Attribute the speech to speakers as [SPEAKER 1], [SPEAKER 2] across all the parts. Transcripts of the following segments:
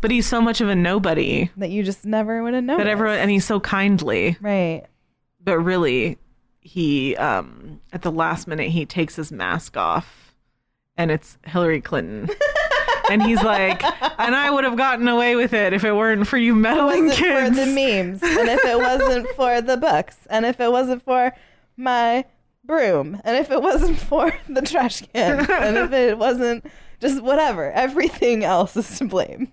[SPEAKER 1] But he's so much of a nobody
[SPEAKER 2] that you just never would have known.
[SPEAKER 1] that everyone, and he's so kindly.
[SPEAKER 2] right.
[SPEAKER 1] But really, he um at the last minute he takes his mask off, and it's Hillary Clinton. And he's like, and I would have gotten away with it if it weren't for you meddling
[SPEAKER 2] wasn't
[SPEAKER 1] kids.
[SPEAKER 2] for the memes, and if it wasn't for the books, and if it wasn't for my broom, and if it wasn't for the trash can, and if it wasn't just whatever, everything else is to blame.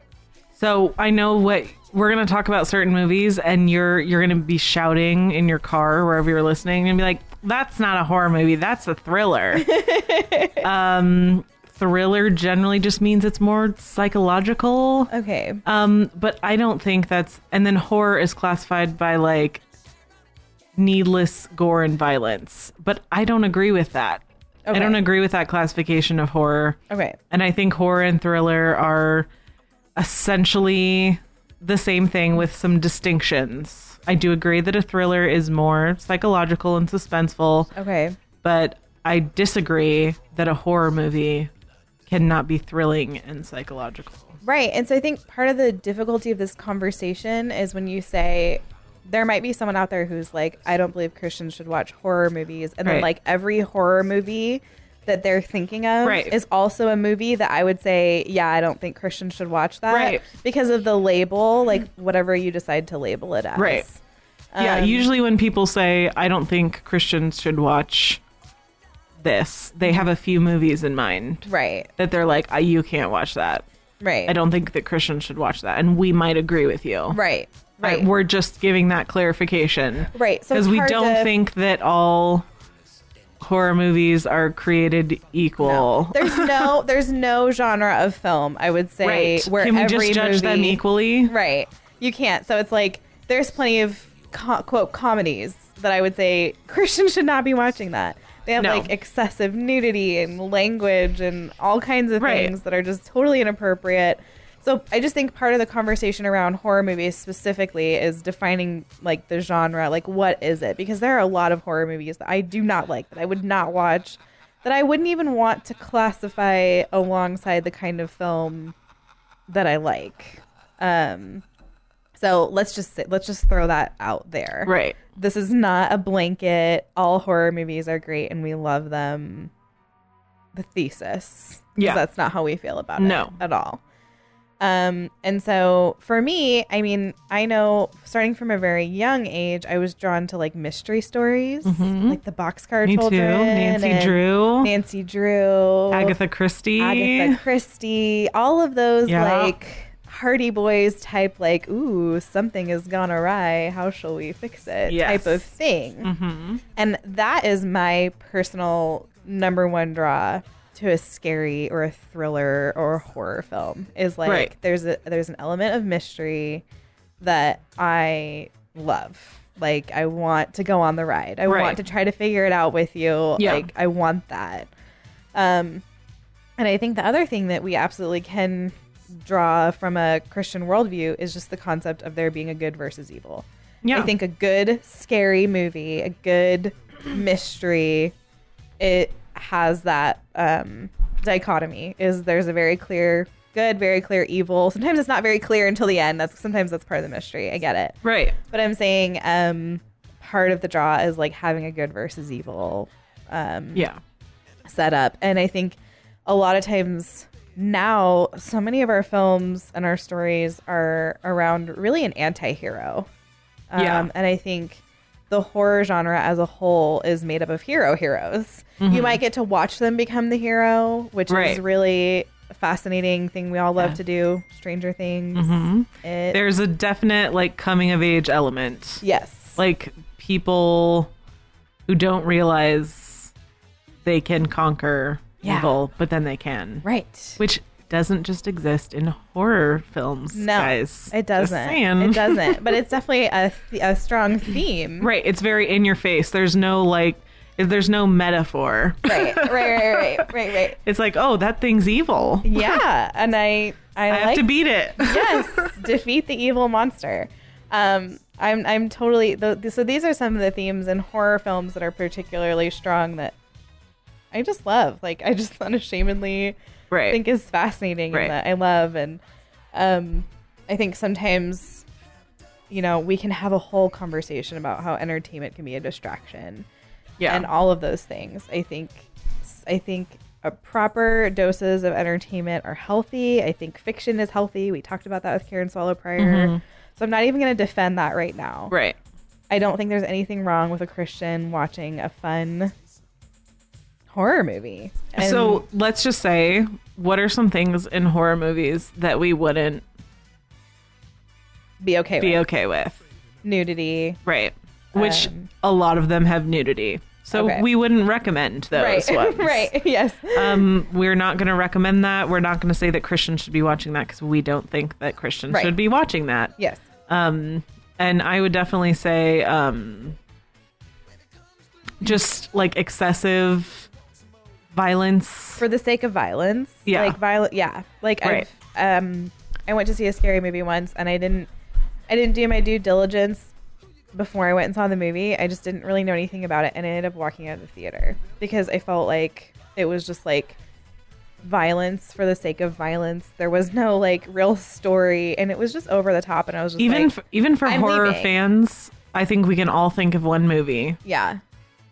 [SPEAKER 1] So I know what we're gonna talk about certain movies, and you're you're gonna be shouting in your car wherever you're listening, and be like, "That's not a horror movie. That's a thriller." um, thriller generally just means it's more psychological.
[SPEAKER 2] Okay.
[SPEAKER 1] Um, but I don't think that's. And then horror is classified by like needless gore and violence. But I don't agree with that.
[SPEAKER 2] Okay.
[SPEAKER 1] I don't agree with that classification of horror.
[SPEAKER 2] Okay.
[SPEAKER 1] And I think horror and thriller are essentially the same thing with some distinctions. I do agree that a thriller is more psychological and suspenseful,
[SPEAKER 2] Okay.
[SPEAKER 1] but I disagree that a horror movie cannot be thrilling and psychological.
[SPEAKER 2] Right. And so I think part of the difficulty of this conversation is when you say there might be someone out there who's like, I don't believe Christians should watch horror movies. And then,
[SPEAKER 1] Right.
[SPEAKER 2] like, every horror movie that they're thinking of
[SPEAKER 1] Right.
[SPEAKER 2] is also a movie that I would say, yeah, I don't think Christians should watch that.
[SPEAKER 1] Right.
[SPEAKER 2] Because of the label, like, whatever you decide to label it as.
[SPEAKER 1] Right. yeah,
[SPEAKER 2] Um,
[SPEAKER 1] usually when people say, I don't think Christians should watch this, they have a few movies in mind
[SPEAKER 2] Right.
[SPEAKER 1] that they're like, "Ah, you can't watch that.
[SPEAKER 2] Right.
[SPEAKER 1] I don't think that Christians should watch that. And we might agree with you.
[SPEAKER 2] Right.
[SPEAKER 1] I-
[SPEAKER 2] Right.
[SPEAKER 1] we're just giving that clarification.
[SPEAKER 2] Right, so
[SPEAKER 1] Because
[SPEAKER 2] it's
[SPEAKER 1] we
[SPEAKER 2] hard
[SPEAKER 1] don't
[SPEAKER 2] to-
[SPEAKER 1] think that all horror movies are created equal.
[SPEAKER 2] There's no there's no genre of film I would say
[SPEAKER 1] right.
[SPEAKER 2] where
[SPEAKER 1] Can we
[SPEAKER 2] every
[SPEAKER 1] just judge
[SPEAKER 2] movie,
[SPEAKER 1] them equally?
[SPEAKER 2] Right. You can't. So it's like there's plenty of co- quote comedies that I would say Christians should not be watching that. They have
[SPEAKER 1] No.
[SPEAKER 2] like excessive nudity and language and all kinds of
[SPEAKER 1] Right.
[SPEAKER 2] things that are just totally inappropriate. So I just think part of the conversation around horror movies specifically is defining like the genre, like what is it? Because there are a lot of horror movies that I do not like that I would not watch that I wouldn't even want to classify alongside the kind of film that I like. Um, so let's just say, let's just throw that out there.
[SPEAKER 1] Right.
[SPEAKER 2] This is not a blanket. All horror movies are great and we love them. The thesis. 'Cause
[SPEAKER 1] Yeah.
[SPEAKER 2] That's not how we feel about
[SPEAKER 1] No.
[SPEAKER 2] it at all. Um, and so for me, I mean, I know starting from a very young age, I was drawn to like mystery stories,
[SPEAKER 1] Mhm.
[SPEAKER 2] like the Boxcar
[SPEAKER 1] Me too.
[SPEAKER 2] Children,
[SPEAKER 1] Nancy
[SPEAKER 2] and
[SPEAKER 1] Drew,
[SPEAKER 2] Nancy Drew,
[SPEAKER 1] Agatha Christie.
[SPEAKER 2] Agatha Christie, all of those
[SPEAKER 1] Yeah.
[SPEAKER 2] like Hardy Boys type, like, ooh, something has gone awry. How shall we fix it?
[SPEAKER 1] Yes.
[SPEAKER 2] type of thing.
[SPEAKER 1] hmm
[SPEAKER 2] And that is my personal number one draw to a scary or a thriller or a horror film is like
[SPEAKER 1] Right.
[SPEAKER 2] there's a there's an element of mystery that I love. Like I want to go on the ride. I
[SPEAKER 1] Right.
[SPEAKER 2] want to try to figure it out with you.
[SPEAKER 1] Yeah.
[SPEAKER 2] Like I want that. Um and I think the other thing that we absolutely can draw from a Christian worldview is just the concept of there being a good versus evil.
[SPEAKER 1] Yeah.
[SPEAKER 2] I think a good scary movie, a good mystery, it has that um, dichotomy. Is there's a very clear good, very clear evil. Sometimes it's not very clear until the end. That's sometimes that's part of the mystery. I get it,
[SPEAKER 1] Right.
[SPEAKER 2] but I'm saying um, part of the draw is like having a good versus evil
[SPEAKER 1] Yeah.
[SPEAKER 2] set up. And I think a lot of times now, so many of our films and our stories are around really an anti hero. Um,
[SPEAKER 1] Yeah.
[SPEAKER 2] And I think the horror genre as a whole is made up of hero heroes. You might get to watch them become the hero, which is
[SPEAKER 1] Mm-hmm. Right.
[SPEAKER 2] really a fascinating thing we all love to do. Stranger Things.
[SPEAKER 1] Mm-hmm.
[SPEAKER 2] It-
[SPEAKER 1] There's a definite like coming of age element.
[SPEAKER 2] yes.
[SPEAKER 1] Like people who don't realize they can conquer
[SPEAKER 2] Yeah.
[SPEAKER 1] evil, but then they can.
[SPEAKER 2] right.
[SPEAKER 1] Which doesn't just exist in horror films,
[SPEAKER 2] No,
[SPEAKER 1] guys. Just
[SPEAKER 2] it doesn't.
[SPEAKER 1] saying.
[SPEAKER 2] It doesn't. But it's definitely a, th- a strong theme.
[SPEAKER 1] Right. It's very in your face. There's no like there's no metaphor.
[SPEAKER 2] Right. Right. Right. Right. Right. Right.
[SPEAKER 1] It's like, oh, that thing's evil.
[SPEAKER 2] Yeah, and I I,
[SPEAKER 1] I
[SPEAKER 2] like,
[SPEAKER 1] have to beat it.
[SPEAKER 2] yes, defeat the evil monster. Um, I'm I'm totally th- so. These are some of the themes in horror films that are particularly strong that I just love. Like I just unashamedly
[SPEAKER 1] right.
[SPEAKER 2] think is fascinating
[SPEAKER 1] Right.
[SPEAKER 2] and that I love. And um, I think sometimes, you know, we can have a whole conversation about how entertainment can be a distraction
[SPEAKER 1] yeah.
[SPEAKER 2] and all of those things. I think I think uh proper doses of entertainment are healthy. I think fiction is healthy. We talked about that with Karen Swallow prior. So I'm not even going to defend that right now.
[SPEAKER 1] Mm-hmm. right.
[SPEAKER 2] I don't think there's anything wrong with a Christian watching a fun horror movie. And
[SPEAKER 1] so let's just say, what are some things in horror movies that we wouldn't
[SPEAKER 2] be okay
[SPEAKER 1] be
[SPEAKER 2] with
[SPEAKER 1] okay with?
[SPEAKER 2] nudity.
[SPEAKER 1] Right. Which
[SPEAKER 2] Um,
[SPEAKER 1] a lot of them have nudity. So
[SPEAKER 2] Okay.
[SPEAKER 1] we wouldn't recommend those
[SPEAKER 2] right.
[SPEAKER 1] ones.
[SPEAKER 2] right. Yes.
[SPEAKER 1] Um, we're not going to recommend that. We're not going to say that Christians should be watching that because we don't think that Christians
[SPEAKER 2] Right.
[SPEAKER 1] should be watching that.
[SPEAKER 2] yes.
[SPEAKER 1] Um, and I would definitely say um, just like excessive violence.
[SPEAKER 2] for the sake of violence.
[SPEAKER 1] Yeah.
[SPEAKER 2] Like violent yeah. Like
[SPEAKER 1] Right.
[SPEAKER 2] I've um I went to see a scary movie once and I didn't I didn't do my due diligence before I went and saw the movie. I just didn't really know anything about it and I ended up walking out of the theater because I felt like it was just like violence for the sake of violence. There was no like real story and it was just over the top and I was just
[SPEAKER 1] even
[SPEAKER 2] like,
[SPEAKER 1] f- even for
[SPEAKER 2] I'm
[SPEAKER 1] horror
[SPEAKER 2] leaving.
[SPEAKER 1] fans, I think we can all think of one movie
[SPEAKER 2] yeah.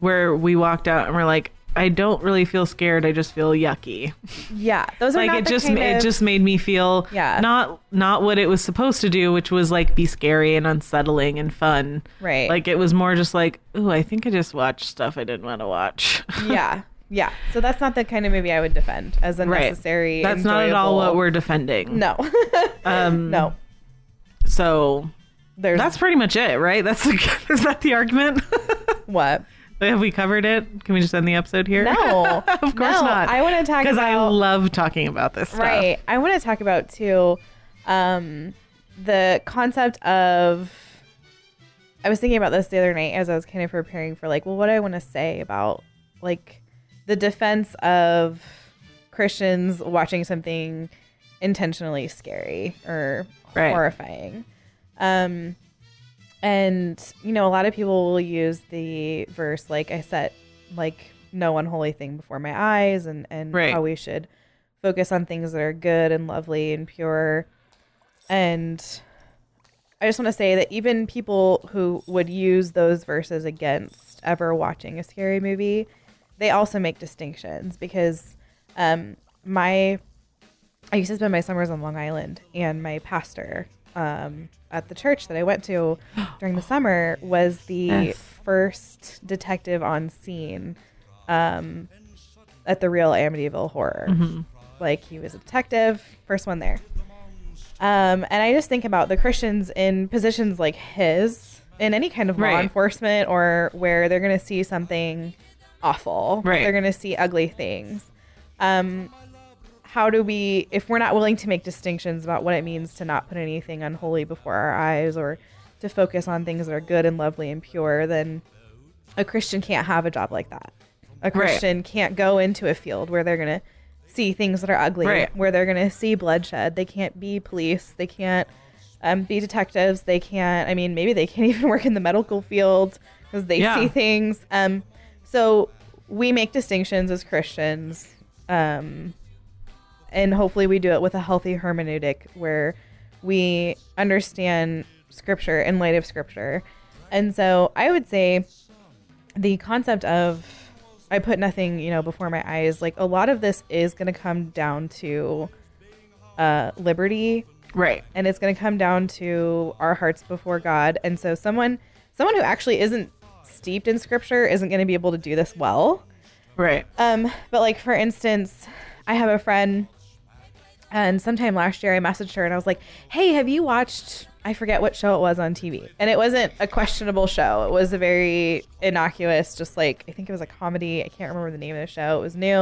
[SPEAKER 1] where we walked out and we're like, I don't really feel scared. I just feel yucky.
[SPEAKER 2] Yeah. Those are
[SPEAKER 1] like
[SPEAKER 2] not
[SPEAKER 1] it
[SPEAKER 2] the
[SPEAKER 1] just
[SPEAKER 2] kind
[SPEAKER 1] it
[SPEAKER 2] of-
[SPEAKER 1] just made me feel
[SPEAKER 2] Yeah.
[SPEAKER 1] not not what it was supposed to do, which was like be scary and unsettling and fun.
[SPEAKER 2] Right.
[SPEAKER 1] Like it was more just like, ooh, I think I just watched stuff I didn't want to watch.
[SPEAKER 2] yeah. Yeah. So that's not the kind of movie I would defend as a
[SPEAKER 1] right.
[SPEAKER 2] necessary.
[SPEAKER 1] That's not at all what
[SPEAKER 2] enjoyable-
[SPEAKER 1] we're defending.
[SPEAKER 2] No.
[SPEAKER 1] Um,
[SPEAKER 2] no.
[SPEAKER 1] So
[SPEAKER 2] There's
[SPEAKER 1] that's pretty much it, right? That's is that the argument?
[SPEAKER 2] what?
[SPEAKER 1] Have we covered it? Can we just end the episode here?
[SPEAKER 2] No,
[SPEAKER 1] of course
[SPEAKER 2] No,
[SPEAKER 1] not.
[SPEAKER 2] I want to talk
[SPEAKER 1] because I
[SPEAKER 2] about-
[SPEAKER 1] love talking about this stuff.
[SPEAKER 2] Right. I want to talk about too um, the concept of. I was thinking about this the other night as I was kind of preparing for like, well, what do I want to say about like the defense of Christians watching something intentionally scary or
[SPEAKER 1] Right.
[SPEAKER 2] horrifying. Um, and you know, a lot of people will use the verse like I set like no unholy thing before my eyes and and
[SPEAKER 1] Right.
[SPEAKER 2] how we should focus on things that are good and lovely and pure. And I just want to say that even people who would use those verses against ever watching a scary movie, they also make distinctions because um, my I used to spend my summers on Long Island, and my pastor um, at the church that I went to during the summer was the first detective on scene um, at the real Amityville Horror. Like he was a detective, first one there. Um, and I just think about the Christians in positions like his, in any kind of law
[SPEAKER 1] Right.
[SPEAKER 2] enforcement, or where they're going to see something awful.
[SPEAKER 1] Right.
[SPEAKER 2] They're going to see ugly things. Um, how do we if we're not willing to make distinctions about what it means to not put anything unholy before our eyes or to focus on things that are good and lovely and pure then a christian can't have a job like that a christian can't go into a field where they're going to see things that are ugly
[SPEAKER 1] Right.
[SPEAKER 2] where they're going to see bloodshed they can't be police they can't um, be detectives they can't i mean maybe they can't even work in the medical field because they
[SPEAKER 1] Yeah.
[SPEAKER 2] see things um, so we make distinctions as christians um, and hopefully we do it with a healthy hermeneutic where we understand scripture in light of scripture. And so I would say the concept of I put nothing, you know, before my eyes, like a lot of this is going to come down to uh liberty
[SPEAKER 1] Right.
[SPEAKER 2] and it's going to come down to our hearts before God. And so someone someone who actually isn't steeped in scripture isn't going to be able to do this well.
[SPEAKER 1] Right.
[SPEAKER 2] Um, but like for instance, I have a friend, and sometime last year I messaged her and I was like, "Hey, have you watched?" I forget what show it was on TV, and it wasn't a questionable show. It was a very innocuous, just like I think it was a comedy. I can't remember the name of the show. It was new.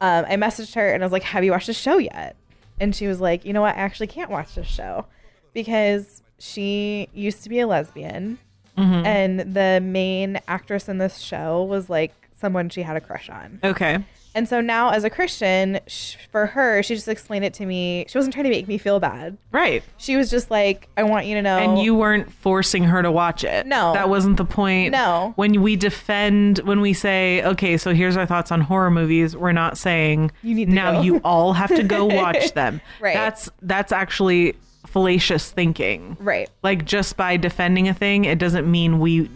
[SPEAKER 2] Um, I messaged her and I was like, "Have you watched the show yet?" And she was like, "You know what? I actually can't watch this show because she used to be a lesbian."
[SPEAKER 1] Mm-hmm.
[SPEAKER 2] And the main actress in this show was like someone she had a crush on.
[SPEAKER 1] Okay.
[SPEAKER 2] And so now, as a Christian, sh- for her, she just explained it to me. She wasn't trying to make me feel bad.
[SPEAKER 1] Right.
[SPEAKER 2] She was just like, I want you to know.
[SPEAKER 1] And you weren't forcing her to watch it.
[SPEAKER 2] No.
[SPEAKER 1] That wasn't the point.
[SPEAKER 2] No.
[SPEAKER 1] When we defend, when we say, okay, so here's our thoughts on horror movies, we're not saying
[SPEAKER 2] You need to
[SPEAKER 1] now
[SPEAKER 2] go."
[SPEAKER 1] you all have to go watch them.
[SPEAKER 2] Right.
[SPEAKER 1] That's that's actually fallacious thinking.
[SPEAKER 2] Right.
[SPEAKER 1] Like just by defending a thing, it doesn't mean we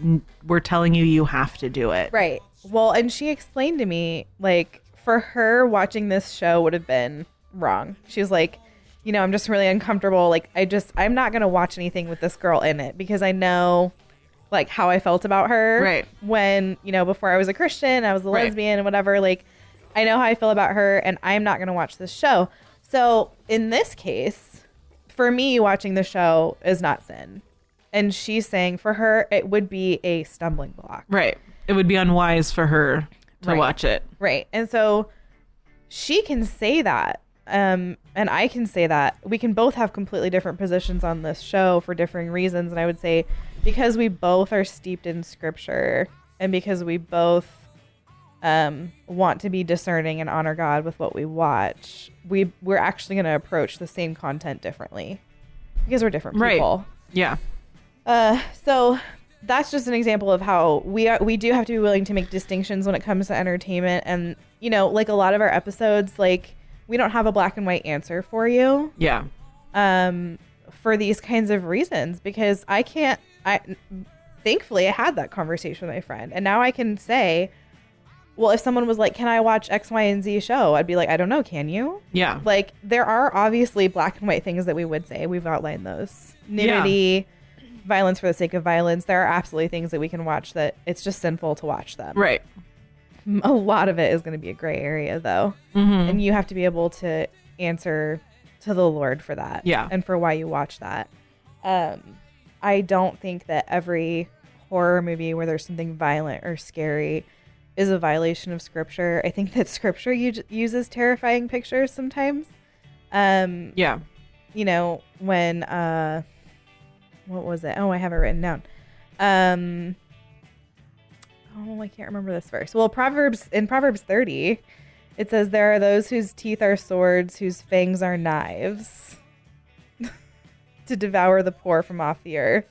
[SPEAKER 1] we're telling you you have to do it.
[SPEAKER 2] Right. Well, and she explained to me, like, for her, watching this show would have been wrong. She was like, you know, I'm just really uncomfortable. Like, I just, I'm not going to watch anything with this girl in it because I know, like, how I felt about her.
[SPEAKER 1] Right.
[SPEAKER 2] When, you know, before I was a Christian, I was a
[SPEAKER 1] Right.
[SPEAKER 2] lesbian and whatever. Like, I know how I feel about her and I'm not going to watch this show. So, in this case, for me, watching the show is not sin. And she's saying for her, it would be a stumbling block.
[SPEAKER 1] Right. It would be unwise for her to
[SPEAKER 2] Right.
[SPEAKER 1] watch it.
[SPEAKER 2] Right. And so she can say that. Um, and I can say that. We can both have completely different positions on this show for differing reasons. And I would say because we both are steeped in scripture and because we both um, want to be discerning and honor God with what we watch, we, we're actually going to approach the same content differently because we're different
[SPEAKER 1] Right.
[SPEAKER 2] people.
[SPEAKER 1] Yeah.
[SPEAKER 2] Uh, so that's just an example of how we are, we do have to be willing to make distinctions when it comes to entertainment and you know like a lot of our episodes like we don't have a black and white answer for you
[SPEAKER 1] Yeah.
[SPEAKER 2] um for these kinds of reasons because I can't I thankfully I had that conversation with my friend and now I can say well if someone was like can I watch x y and z show I'd be like I don't know can you
[SPEAKER 1] Yeah.
[SPEAKER 2] like there are obviously black and white things that we would say we've outlined those nudity violence for the sake of violence there are absolutely things that we can watch that it's just sinful to watch them
[SPEAKER 1] Right.
[SPEAKER 2] a lot of it is going to be a gray area though
[SPEAKER 1] Mm-hmm.
[SPEAKER 2] and you have to be able to answer to the lord for that
[SPEAKER 1] Yeah.
[SPEAKER 2] and for why you watch that um i don't think that every horror movie where there's something violent or scary is a violation of scripture. I think that scripture u- uses terrifying pictures sometimes. Um,
[SPEAKER 1] Yeah.
[SPEAKER 2] you know, when uh what was it? Oh, I have it written down. Um Oh, I can't remember this verse. Well, Proverbs in Proverbs 30, it says there are those whose teeth are swords, whose fangs are knives to devour the poor from off the earth,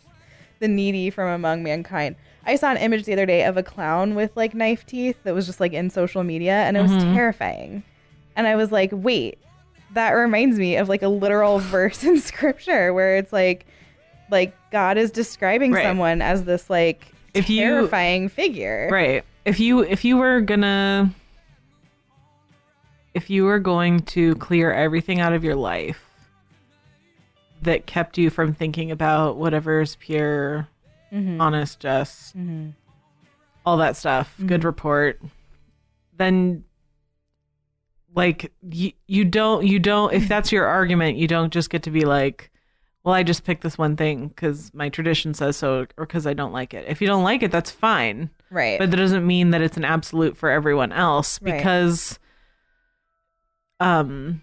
[SPEAKER 2] the needy from among mankind. I saw an image the other day of a clown with like knife teeth that was just like in social media and it
[SPEAKER 1] Mm-hmm.
[SPEAKER 2] was terrifying. And I was like, "Wait, that reminds me of like a literal verse in scripture where it's like like God is describing
[SPEAKER 1] Right.
[SPEAKER 2] someone as this like
[SPEAKER 1] If you-
[SPEAKER 2] terrifying figure.
[SPEAKER 1] Right. If you if you were gonna if you were going to clear everything out of your life that kept you from thinking about whatever's pure, honest, just all that stuff, good report, then like you, you don't you don't if that's your argument, you don't just get to be like well, I just picked this one thing because my tradition says so, or because I don't like it. If you don't like it, that's fine
[SPEAKER 2] Right.
[SPEAKER 1] but that doesn't mean that it's an absolute for everyone else
[SPEAKER 2] Right.
[SPEAKER 1] because um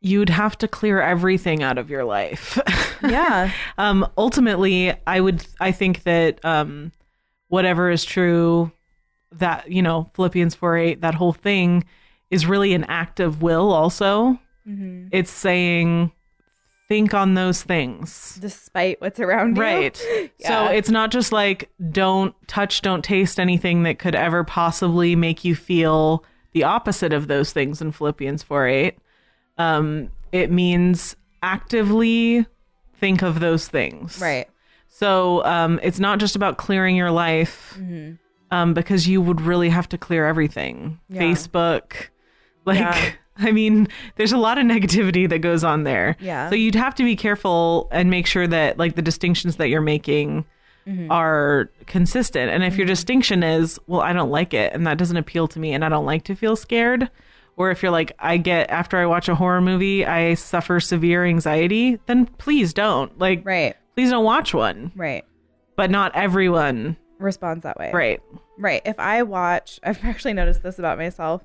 [SPEAKER 1] you'd have to clear everything out of your life
[SPEAKER 2] yeah.
[SPEAKER 1] um ultimately i would i think that um whatever is true that you know philippians 4 8 that whole thing is really an act of will also
[SPEAKER 2] hmm
[SPEAKER 1] it's saying think on those things
[SPEAKER 2] Despite what's around
[SPEAKER 1] Right.
[SPEAKER 2] you. Yeah.
[SPEAKER 1] So it's not just like don't touch, don't taste anything that could ever possibly make you feel the opposite of those things in Philippians 4 8. Um, it means actively think of those things.
[SPEAKER 2] Right.
[SPEAKER 1] So um, it's not just about clearing your life
[SPEAKER 2] Mm-hmm.
[SPEAKER 1] um, because you would really have to clear everything
[SPEAKER 2] Yeah.
[SPEAKER 1] Facebook. Like,
[SPEAKER 2] Yeah.
[SPEAKER 1] I mean, there's a lot of negativity that goes on there.
[SPEAKER 2] Yeah.
[SPEAKER 1] So you'd have to be careful and make sure that, like, the distinctions that you're making
[SPEAKER 2] Mm-hmm.
[SPEAKER 1] are consistent. And if your distinction is, well, I don't like it and that doesn't appeal to me and I don't like to feel scared. Or if you're like, I get, after I watch a horror movie, I suffer severe anxiety, then please don't. Like,
[SPEAKER 2] Right.
[SPEAKER 1] please don't watch one
[SPEAKER 2] Right.
[SPEAKER 1] but not everyone
[SPEAKER 2] Responds that way.
[SPEAKER 1] right
[SPEAKER 2] Right. If I watch, I've actually noticed this about myself.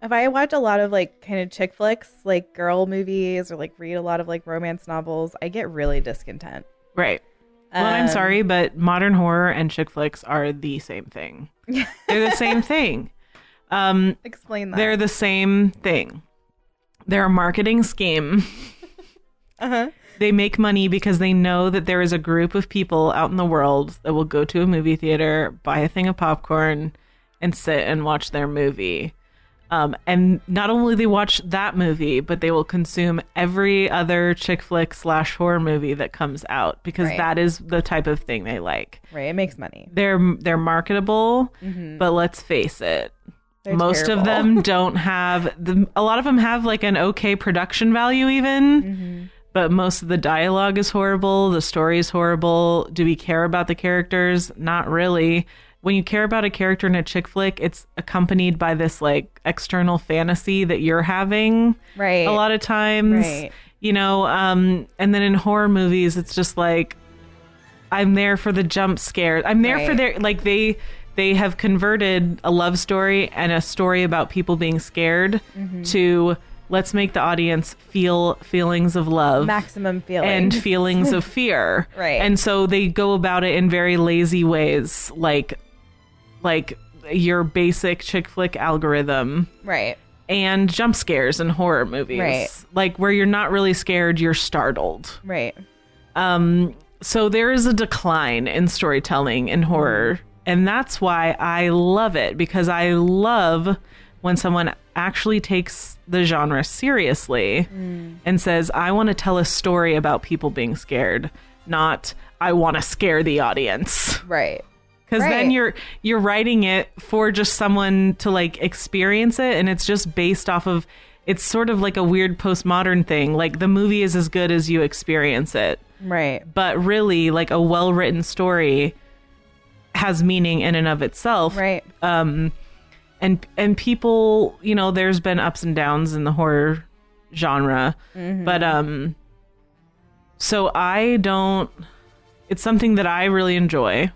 [SPEAKER 2] If I watch a lot of like kind of chick flicks, like girl movies, or like read a lot of like romance novels, I get really discontent.
[SPEAKER 1] right well i'm
[SPEAKER 2] Um,
[SPEAKER 1] sorry but modern horror and chick flicks are the same thing they're the same thing um
[SPEAKER 2] Explain that.
[SPEAKER 1] they're the same thing they're a marketing scheme
[SPEAKER 2] uh-huh.
[SPEAKER 1] they make money because they know that there is a group of people out in the world that will go to a movie theater buy a thing of popcorn and sit and watch their movie um, and not only they watch that movie, but they will consume every other chick flick slash horror movie that comes out because
[SPEAKER 2] Right.
[SPEAKER 1] that is the type of thing they like.
[SPEAKER 2] Right. It makes money.
[SPEAKER 1] They're they're marketable,
[SPEAKER 2] Mm-hmm.
[SPEAKER 1] but let's face it,
[SPEAKER 2] They're
[SPEAKER 1] most
[SPEAKER 2] terrible.
[SPEAKER 1] of them don't have the. A lot of them have like an okay production value even.
[SPEAKER 2] Mm-hmm.
[SPEAKER 1] But most of the dialogue is horrible. The story is horrible. Do we care about the characters? Not really. When you care about a character in a chick flick, it's accompanied by this like external fantasy that you're having
[SPEAKER 2] Right.
[SPEAKER 1] a lot of times.
[SPEAKER 2] Right.
[SPEAKER 1] You know, um, and then in horror movies, it's just like I'm there for the jump scare. I'm there for
[SPEAKER 2] Right.
[SPEAKER 1] their like they they have converted a love story and a story about people being scared
[SPEAKER 2] Mm-hmm.
[SPEAKER 1] to let's make the audience feel feelings of love
[SPEAKER 2] maximum feeling.
[SPEAKER 1] and feelings of fear.
[SPEAKER 2] Right.
[SPEAKER 1] And so they go about it in very lazy ways, like like your basic chick flick algorithm
[SPEAKER 2] right.
[SPEAKER 1] and jump scares in horror movies.
[SPEAKER 2] Right.
[SPEAKER 1] Like where you're not really scared, you're startled.
[SPEAKER 2] Right.
[SPEAKER 1] Um, so there is a decline in storytelling in horror. And that's why I love it because I love when someone actually takes the genre seriously and says, I want to tell a story about people being scared, not I want to scare the audience
[SPEAKER 2] Right.
[SPEAKER 1] because
[SPEAKER 2] Right.
[SPEAKER 1] then you're you're writing it for just someone to like experience it and it's just based off of it's sort of like a weird postmodern thing like the movie is as good as you experience it
[SPEAKER 2] Right.
[SPEAKER 1] but really like a well-written story has meaning in and of itself
[SPEAKER 2] Right.
[SPEAKER 1] um and and people you know there's been ups and downs in the horror genre but um so i don't it's something that i really enjoy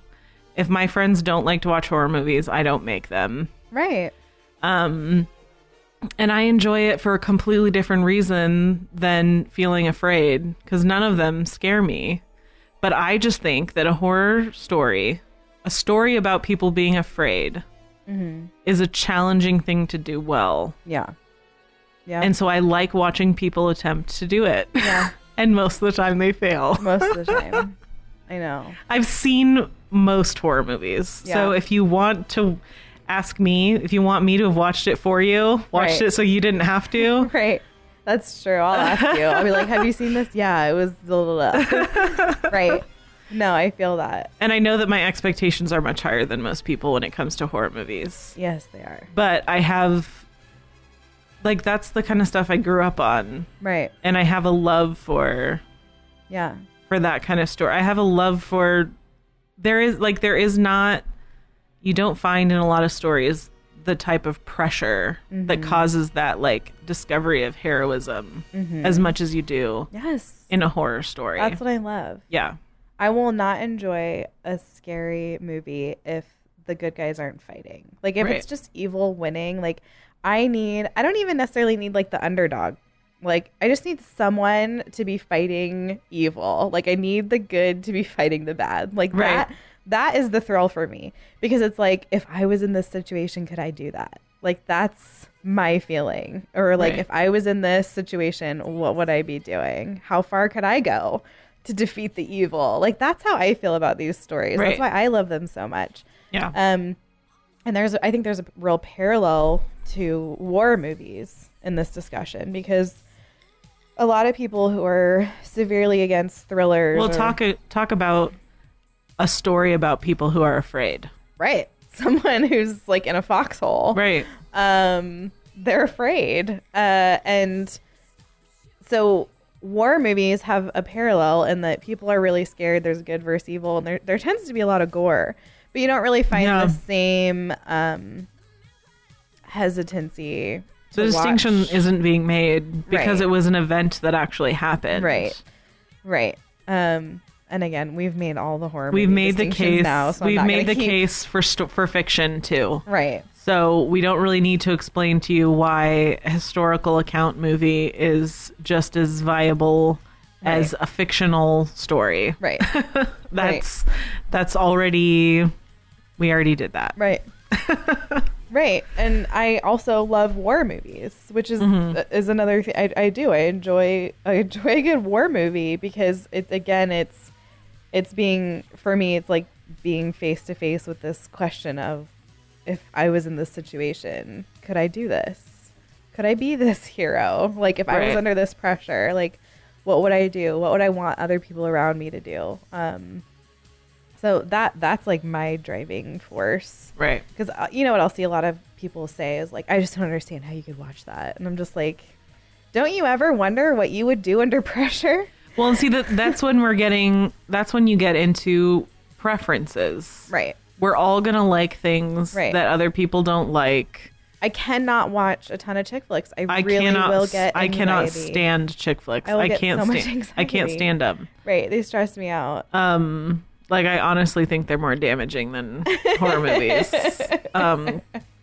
[SPEAKER 1] If my friends don't like to watch horror movies, I don't make them.
[SPEAKER 2] Right.
[SPEAKER 1] Um, and I enjoy it for a completely different reason than feeling afraid because none of them scare me. But I just think that a horror story, a story about people being afraid,
[SPEAKER 2] Mm-hmm.
[SPEAKER 1] is a challenging thing to do well.
[SPEAKER 2] Yeah. Yeah.
[SPEAKER 1] And so I like watching people attempt to do it.
[SPEAKER 2] Yeah.
[SPEAKER 1] and most of the time they fail.
[SPEAKER 2] most of the time. I know.
[SPEAKER 1] I've seen most horror movies.
[SPEAKER 2] Yeah.
[SPEAKER 1] So if you want to ask me, if you want me to have watched it for you, watched
[SPEAKER 2] Right.
[SPEAKER 1] it so you didn't have to,
[SPEAKER 2] Right. That's true. I'll ask you. I'll be like, have you seen this? Yeah, it was. Blah, blah, blah." right. No, I feel that.
[SPEAKER 1] and I know that my expectations are much higher than most people when it comes to horror movies.
[SPEAKER 2] Yes, they are.
[SPEAKER 1] But I have like that's the kind of stuff I grew up on
[SPEAKER 2] Right.
[SPEAKER 1] and I have a love for
[SPEAKER 2] Yeah.
[SPEAKER 1] for that kind of story. I have a love for there is like there is not you don't find in a lot of stories the type of pressure that causes that like discovery of heroism as much as you do
[SPEAKER 2] Yes.
[SPEAKER 1] in a horror story.
[SPEAKER 2] That's what I love.
[SPEAKER 1] yeah.
[SPEAKER 2] I will not enjoy a scary movie if the good guys aren't fighting. Like if
[SPEAKER 1] Right.
[SPEAKER 2] it's just evil winning, like I need I don't even necessarily need like the underdog. Like I just need someone to be fighting evil. Like I need the good to be fighting the bad. Like
[SPEAKER 1] Right.
[SPEAKER 2] that that is the thrill for me because it's like if I was in this situation could I do that? Like that's my feeling. Or like
[SPEAKER 1] Right.
[SPEAKER 2] if I was in this situation, what would I be doing? How far could I go to defeat the evil? Like that's how I feel about these stories. That's why
[SPEAKER 1] Right.
[SPEAKER 2] I love them so much.
[SPEAKER 1] Yeah.
[SPEAKER 2] Um and there's I think there's a real parallel to war movies in this discussion because a lot of people who are severely against thrillers
[SPEAKER 1] we'll
[SPEAKER 2] or-
[SPEAKER 1] talk talk about a story about people who are afraid.
[SPEAKER 2] right someone who's like in a foxhole
[SPEAKER 1] Right.
[SPEAKER 2] um they're afraid uh and so war movies have a parallel in that people are really scared there's good versus evil and there, there tends to be a lot of gore but you don't really find
[SPEAKER 1] Yeah.
[SPEAKER 2] the same um hesitancy
[SPEAKER 1] So the
[SPEAKER 2] to
[SPEAKER 1] distinction
[SPEAKER 2] watch.
[SPEAKER 1] isn't being made because
[SPEAKER 2] Right.
[SPEAKER 1] it was an event that actually happened.
[SPEAKER 2] Right. right um and again we've made all the horror
[SPEAKER 1] We've
[SPEAKER 2] movie
[SPEAKER 1] made the
[SPEAKER 2] distinctions
[SPEAKER 1] case.
[SPEAKER 2] now so I'm
[SPEAKER 1] we've
[SPEAKER 2] not
[SPEAKER 1] made the
[SPEAKER 2] gonna keep-
[SPEAKER 1] case for sto- for fiction too.
[SPEAKER 2] right
[SPEAKER 1] So we don't really need to explain to you why a historical account movie is just as viable as a fictional story.
[SPEAKER 2] right
[SPEAKER 1] That's that's already we already did that.
[SPEAKER 2] Right. right. And I also love war movies, which is uh, is another thing I, I do. I enjoy I enjoy a good war movie because it's again it's it's being for me it's like being face to face with this question of if I was in this situation, could I do this? Could I be this hero? Like if I was
[SPEAKER 1] Right.
[SPEAKER 2] under this pressure, like what would I do? What would I want other people around me to do? Um so that that's like my driving force
[SPEAKER 1] Right.
[SPEAKER 2] because uh, you know what I'll see a lot of people say is like, I just don't understand how you could watch that, and I'm just like, don't you ever wonder what you would do under pressure?
[SPEAKER 1] Well, and see that that's when we're getting that's when you get into preferences.
[SPEAKER 2] Right.
[SPEAKER 1] We're all going to like things
[SPEAKER 2] Right.
[SPEAKER 1] that other people don't like.
[SPEAKER 2] I cannot watch a ton of chick flicks. I,
[SPEAKER 1] I
[SPEAKER 2] really
[SPEAKER 1] cannot
[SPEAKER 2] will
[SPEAKER 1] s-
[SPEAKER 2] get.
[SPEAKER 1] I cannot
[SPEAKER 2] anxiety.
[SPEAKER 1] stand chick flicks.
[SPEAKER 2] I will
[SPEAKER 1] I,
[SPEAKER 2] get
[SPEAKER 1] can't
[SPEAKER 2] so much
[SPEAKER 1] stand I can't
[SPEAKER 2] anxiety.
[SPEAKER 1] stand them.
[SPEAKER 2] Right, they stress me out.
[SPEAKER 1] um like i honestly think they're more damaging than horror movies um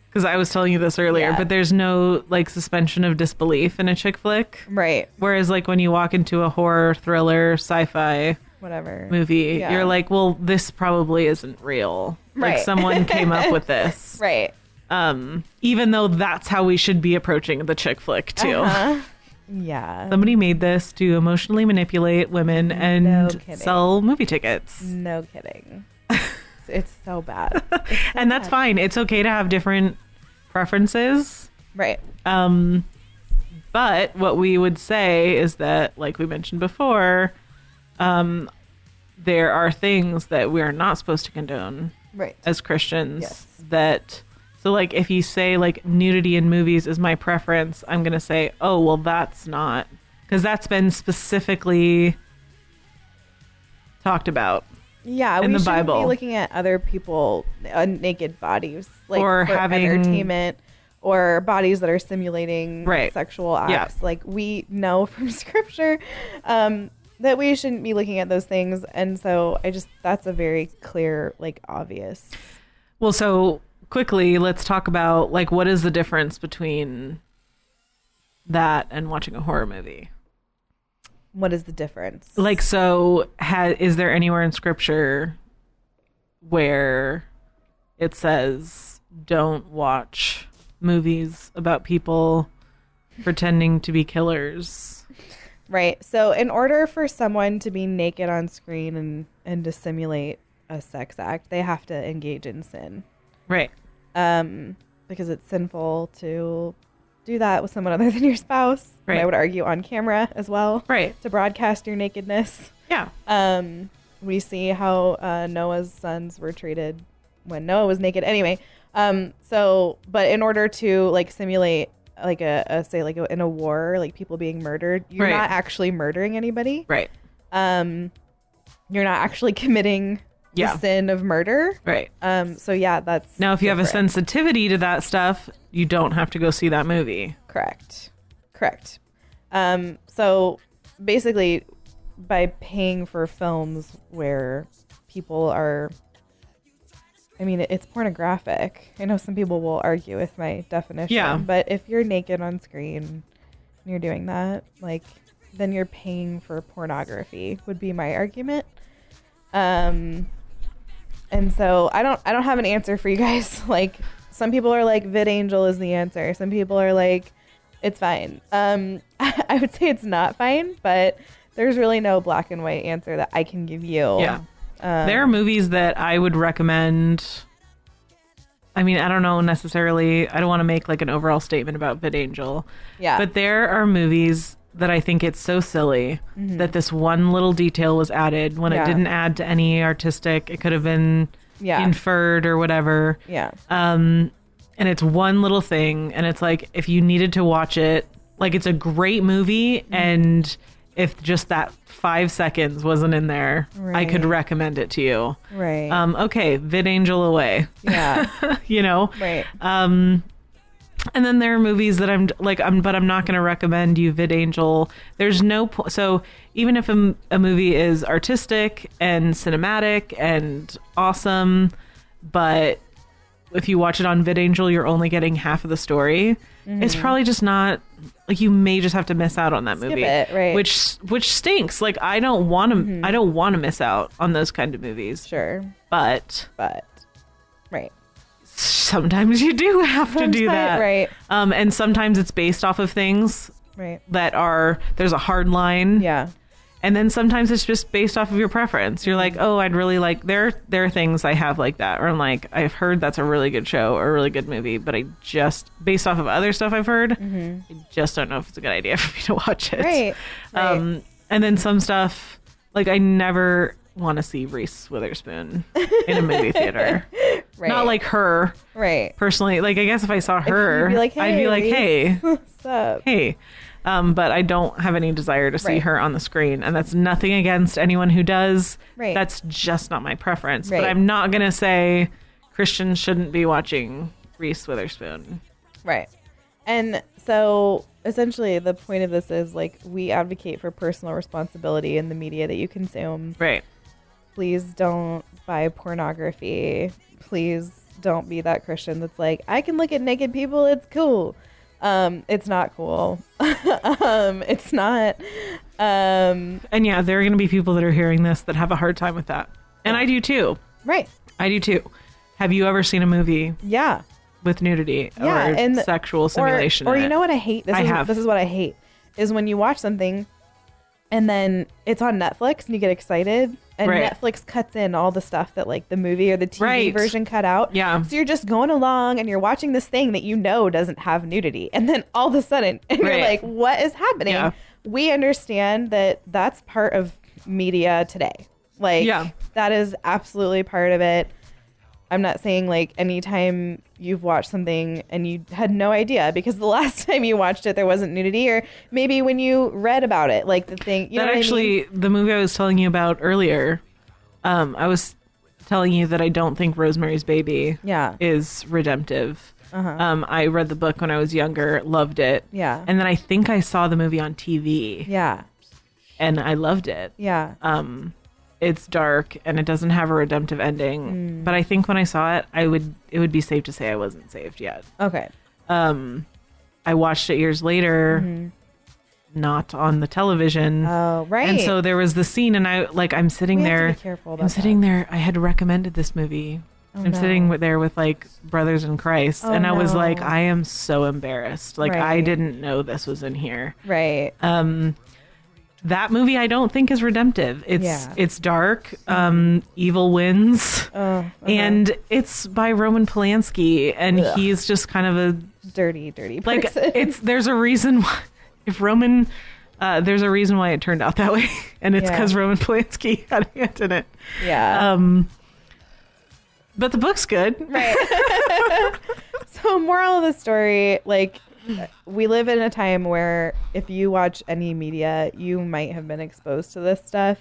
[SPEAKER 1] because i was telling you this earlier
[SPEAKER 2] Yeah.
[SPEAKER 1] but there's no like suspension of disbelief in a chick flick
[SPEAKER 2] right,
[SPEAKER 1] whereas like when you walk into a horror thriller sci-fi
[SPEAKER 2] whatever.
[SPEAKER 1] movie
[SPEAKER 2] Yeah.
[SPEAKER 1] you're like well this probably isn't real
[SPEAKER 2] Right.
[SPEAKER 1] like someone came up with this
[SPEAKER 2] Right.
[SPEAKER 1] um even though that's how we should be approaching the chick flick too
[SPEAKER 2] Uh-huh. Yeah.
[SPEAKER 1] somebody made this to emotionally manipulate women and
[SPEAKER 2] kidding. Mm-hmm.
[SPEAKER 1] sell movie tickets
[SPEAKER 2] No kidding. it's so bad.
[SPEAKER 1] and that's fine. It's okay to have different preferences.
[SPEAKER 2] Right.
[SPEAKER 1] Um, but what we would say is that, like we mentioned before, um, there are things that we are not supposed to condone
[SPEAKER 2] Right.
[SPEAKER 1] as Christians.
[SPEAKER 2] Yes.
[SPEAKER 1] That so, like, if you say like nudity in movies is my preference, I'm gonna say, oh well, that's not because that's been specifically talked about.
[SPEAKER 2] Yeah,
[SPEAKER 1] in
[SPEAKER 2] we
[SPEAKER 1] the
[SPEAKER 2] shouldn't
[SPEAKER 1] Bible.
[SPEAKER 2] be looking at other people uh, naked bodies, like
[SPEAKER 1] Or
[SPEAKER 2] for
[SPEAKER 1] having-
[SPEAKER 2] entertainment, or bodies that are simulating
[SPEAKER 1] Right.
[SPEAKER 2] sexual
[SPEAKER 1] Yeah.
[SPEAKER 2] acts. Like we know from Scripture, um, that we shouldn't be looking at those things. And so I just, that's a very clear, like, obvious.
[SPEAKER 1] Well, so quickly, let's talk about like what is the difference between that and watching a horror movie?
[SPEAKER 2] What is the difference?
[SPEAKER 1] Like, so ha- is there anywhere in scripture where it says don't watch movies about people pretending to be killers?
[SPEAKER 2] Right. So, in order for someone to be naked on screen and, and to simulate a sex act, they have to engage in sin
[SPEAKER 1] Right.
[SPEAKER 2] um, because it's sinful to do that with someone other than your spouse. And I
[SPEAKER 1] Right.
[SPEAKER 2] would argue on camera as well.
[SPEAKER 1] Right.
[SPEAKER 2] To broadcast your nakedness.
[SPEAKER 1] Yeah.
[SPEAKER 2] Um, we see how uh, Noah's sons were treated when Noah was naked. Anyway, um, so but in order to like simulate like a, a say like a, in a war like people being murdered, you're
[SPEAKER 1] Right.
[SPEAKER 2] not actually murdering anybody.
[SPEAKER 1] Right.
[SPEAKER 2] Um, you're not actually committing
[SPEAKER 1] Yeah.
[SPEAKER 2] the sin of murder.
[SPEAKER 1] Right.
[SPEAKER 2] Um, so yeah, that's
[SPEAKER 1] Now, if you have a
[SPEAKER 2] different.
[SPEAKER 1] sensitivity to that stuff, you don't have to go see that movie.
[SPEAKER 2] Correct. Correct. Um, so basically, by paying for films where people are. I mean, it's pornographic. I know some people will argue with my definition.
[SPEAKER 1] Yeah.
[SPEAKER 2] But if you're naked on screen and you're doing that, like, then you're paying for pornography, would be my argument. Um, and so I don't I don't have an answer for you guys. Like some people are like vid angel is the answer. Some people are like it's fine. Um I would say it's not fine, but there's really no black and white answer that I can give you.
[SPEAKER 1] Yeah.
[SPEAKER 2] Um,
[SPEAKER 1] There are movies that I would recommend. I mean, I don't know necessarily. I don't want to make like an overall statement about Vid Angel,
[SPEAKER 2] yeah.
[SPEAKER 1] but there are movies that I think it's so silly that this one little detail was added when
[SPEAKER 2] Mm-hmm. Yeah.
[SPEAKER 1] it didn't add to any artistic. It could have been
[SPEAKER 2] yeah.
[SPEAKER 1] inferred or whatever.
[SPEAKER 2] yeah.
[SPEAKER 1] Um, and it's one little thing, and it's like if you needed to watch it, like it's a great movie,
[SPEAKER 2] Mm-hmm.
[SPEAKER 1] and if just that five seconds wasn't in there, I could
[SPEAKER 2] Right.
[SPEAKER 1] recommend it to you.
[SPEAKER 2] Right.
[SPEAKER 1] Um, okay, Vid Angel away,
[SPEAKER 2] yeah.
[SPEAKER 1] you know.
[SPEAKER 2] Right.
[SPEAKER 1] Um, and then there are movies that I'm like, I'm, but I'm not going to recommend you Vid Angel. There's no po- so even if a, m- a movie is artistic and cinematic and awesome, but if you watch it on Vid Angel, you're only getting half of the story. It's
[SPEAKER 2] Mm-hmm.
[SPEAKER 1] probably just not like you may just have to miss out on that movie,
[SPEAKER 2] it, right. Mm-hmm.
[SPEAKER 1] Which which stinks. Like I don't want to, I don't want to miss out on those kind of movies,
[SPEAKER 2] Sure.
[SPEAKER 1] but
[SPEAKER 2] But right.
[SPEAKER 1] sometimes you do have to do
[SPEAKER 2] Sometimes-
[SPEAKER 1] that
[SPEAKER 2] Right.
[SPEAKER 1] um, and sometimes it's based off of things
[SPEAKER 2] Right.
[SPEAKER 1] that are there's a hard line
[SPEAKER 2] Yeah.
[SPEAKER 1] and then sometimes it's just based off of your preference you're like oh i'd really like there there are things i have like that or i'm like i've heard that's a really good show or a really good movie but i just based off of other stuff i've heard i just don't know if it's a good idea for me to watch it
[SPEAKER 2] Mm-hmm. Right. Right.
[SPEAKER 1] um and then some stuff like i never want to see reese witherspoon in a movie theater
[SPEAKER 2] right.
[SPEAKER 1] not like her
[SPEAKER 2] right.
[SPEAKER 1] personally like i guess if i saw her
[SPEAKER 2] be like,
[SPEAKER 1] i'd
[SPEAKER 2] "Hey,
[SPEAKER 1] be like
[SPEAKER 2] Reese."
[SPEAKER 1] hey
[SPEAKER 2] What's up?
[SPEAKER 1] hey um, but i don't have any desire to see
[SPEAKER 2] Right.
[SPEAKER 1] her on the screen and that's nothing against anyone who does
[SPEAKER 2] Right.
[SPEAKER 1] that's just not my preference
[SPEAKER 2] Right.
[SPEAKER 1] but i'm not going to say christians shouldn't be watching reese witherspoon
[SPEAKER 2] Right. And so essentially the point of this is like we advocate for personal responsibility in the media that you consume.
[SPEAKER 1] right
[SPEAKER 2] Please don't buy pornography. Please don't be that Christian that's like, I can look at naked people, it's cool. Um, it's not cool. um, it's not um
[SPEAKER 1] and yeah there are going to be people that are hearing this that have a hard time with that and i do too
[SPEAKER 2] right.
[SPEAKER 1] i do too have you ever seen a movie
[SPEAKER 2] Yeah.
[SPEAKER 1] with nudity
[SPEAKER 2] Yeah,
[SPEAKER 1] or
[SPEAKER 2] and-
[SPEAKER 1] sexual
[SPEAKER 2] Or-
[SPEAKER 1] simulation
[SPEAKER 2] Or,
[SPEAKER 1] in
[SPEAKER 2] you
[SPEAKER 1] it?
[SPEAKER 2] know what I hate? This
[SPEAKER 1] I
[SPEAKER 2] is
[SPEAKER 1] have.
[SPEAKER 2] this is what I hate is when you watch something and then it's on Netflix and you get excited and
[SPEAKER 1] Right.
[SPEAKER 2] Netflix cuts in all the stuff that like the movie or the TV
[SPEAKER 1] Right.
[SPEAKER 2] version cut out.
[SPEAKER 1] Yeah.
[SPEAKER 2] So you're just going along and you're watching this thing that you know doesn't have nudity and then all of a sudden and you're
[SPEAKER 1] Right.
[SPEAKER 2] like what is happening?
[SPEAKER 1] Yeah.
[SPEAKER 2] We understand that that's part of media today. Like
[SPEAKER 1] Yeah.
[SPEAKER 2] that is absolutely part of it. I'm not saying like anytime you've watched something and you had no idea because the last time you watched it there wasn't nudity or maybe when you read about it like the thing you
[SPEAKER 1] that
[SPEAKER 2] know what I mean?
[SPEAKER 1] actually the movie I was telling you about earlier. Um, I was telling you that I don't think Rosemary's Baby
[SPEAKER 2] yeah
[SPEAKER 1] is redemptive.
[SPEAKER 2] Uh-huh.
[SPEAKER 1] Um, I read the book when I was younger, loved it,
[SPEAKER 2] yeah
[SPEAKER 1] and then I think I saw the movie on TV,
[SPEAKER 2] yeah
[SPEAKER 1] and I loved it.
[SPEAKER 2] Yeah.
[SPEAKER 1] Um, it's dark and it doesn't have a redemptive
[SPEAKER 2] Mm.
[SPEAKER 1] ending, but I think when I saw it, I would it would be safe to say I wasn't saved yet.
[SPEAKER 2] Okay.
[SPEAKER 1] Um, I watched it years later, not on the television.
[SPEAKER 2] Mm-hmm. Oh, right.
[SPEAKER 1] And so there was the scene, and I like I'm sitting
[SPEAKER 2] We have to
[SPEAKER 1] there.
[SPEAKER 2] be careful
[SPEAKER 1] I'm
[SPEAKER 2] about Oh,
[SPEAKER 1] sitting there. I had recommended this movie. I'm
[SPEAKER 2] no.
[SPEAKER 1] sitting with- there with like brothers in Christ,
[SPEAKER 2] Oh,
[SPEAKER 1] and I was
[SPEAKER 2] no.
[SPEAKER 1] like, I am so embarrassed. Like I
[SPEAKER 2] Right.
[SPEAKER 1] didn't know this was in here.
[SPEAKER 2] right.
[SPEAKER 1] Um, that movie I don't think is redemptive. It's
[SPEAKER 2] Yeah.
[SPEAKER 1] it's dark. Um, evil wins,
[SPEAKER 2] oh, okay.
[SPEAKER 1] and it's by Roman Polanski, and
[SPEAKER 2] Ugh.
[SPEAKER 1] he's just kind of a
[SPEAKER 2] dirty, dirty
[SPEAKER 1] like
[SPEAKER 2] person.
[SPEAKER 1] it's there's a reason why if Roman uh, there's a reason why it turned out that way, and it's
[SPEAKER 2] Yeah.
[SPEAKER 1] because Roman Polanski had a hand in it.
[SPEAKER 2] yeah.
[SPEAKER 1] Um, but the book's good.
[SPEAKER 2] right. so, moral of the story, like. We live in a time where if you watch any media, you might have been exposed to this stuff.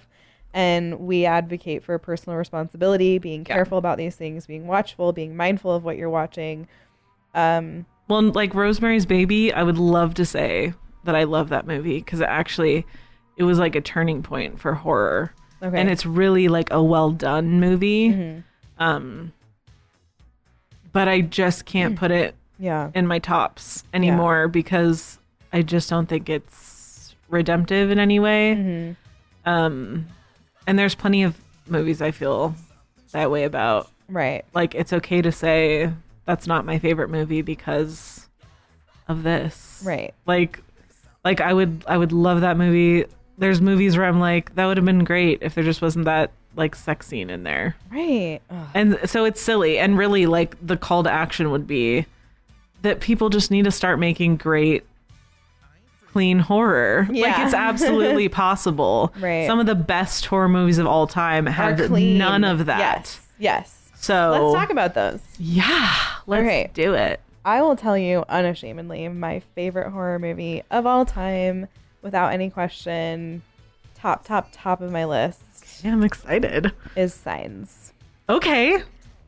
[SPEAKER 2] And we advocate for personal responsibility, being careful about these things, being watchful, being mindful of what you're watching. Um,
[SPEAKER 1] Well, like Rosemary's Baby, I would love to say that I love that movie because it actually it was like a turning point for horror,
[SPEAKER 2] okay.
[SPEAKER 1] and it's really like a well done movie.
[SPEAKER 2] Mm-hmm.
[SPEAKER 1] Um, but I just
[SPEAKER 2] Mm.
[SPEAKER 1] can't put it
[SPEAKER 2] yeah.
[SPEAKER 1] in my tops anymore because I just don't think it's redemptive in any way. Um, and there's plenty of movies I feel that way about.
[SPEAKER 2] Right.
[SPEAKER 1] Like it's okay to say that's not my favorite movie because of this.
[SPEAKER 2] Right.
[SPEAKER 1] Like, like I would I would love that movie. There's movies where I'm like that would have been great if there just wasn't that like sex scene in there.
[SPEAKER 2] Right. Ugh.
[SPEAKER 1] And so it's silly. And really, like, the call to action would be that people just need to start making great, clean horror. Like,
[SPEAKER 2] Yeah.
[SPEAKER 1] it's absolutely possible.
[SPEAKER 2] Right.
[SPEAKER 1] Some of the best horror movies of all time
[SPEAKER 2] Are
[SPEAKER 1] have
[SPEAKER 2] clean.
[SPEAKER 1] none of that.
[SPEAKER 2] Yes. Yes.
[SPEAKER 1] So,
[SPEAKER 2] Let's talk about those.
[SPEAKER 1] yeah, let's
[SPEAKER 2] Okay.
[SPEAKER 1] do it.
[SPEAKER 2] I will tell you unashamedly my favorite horror movie of all time, without any question, top, top, top of my list
[SPEAKER 1] Yeah, I'm excited.
[SPEAKER 2] is Signs.
[SPEAKER 1] Okay.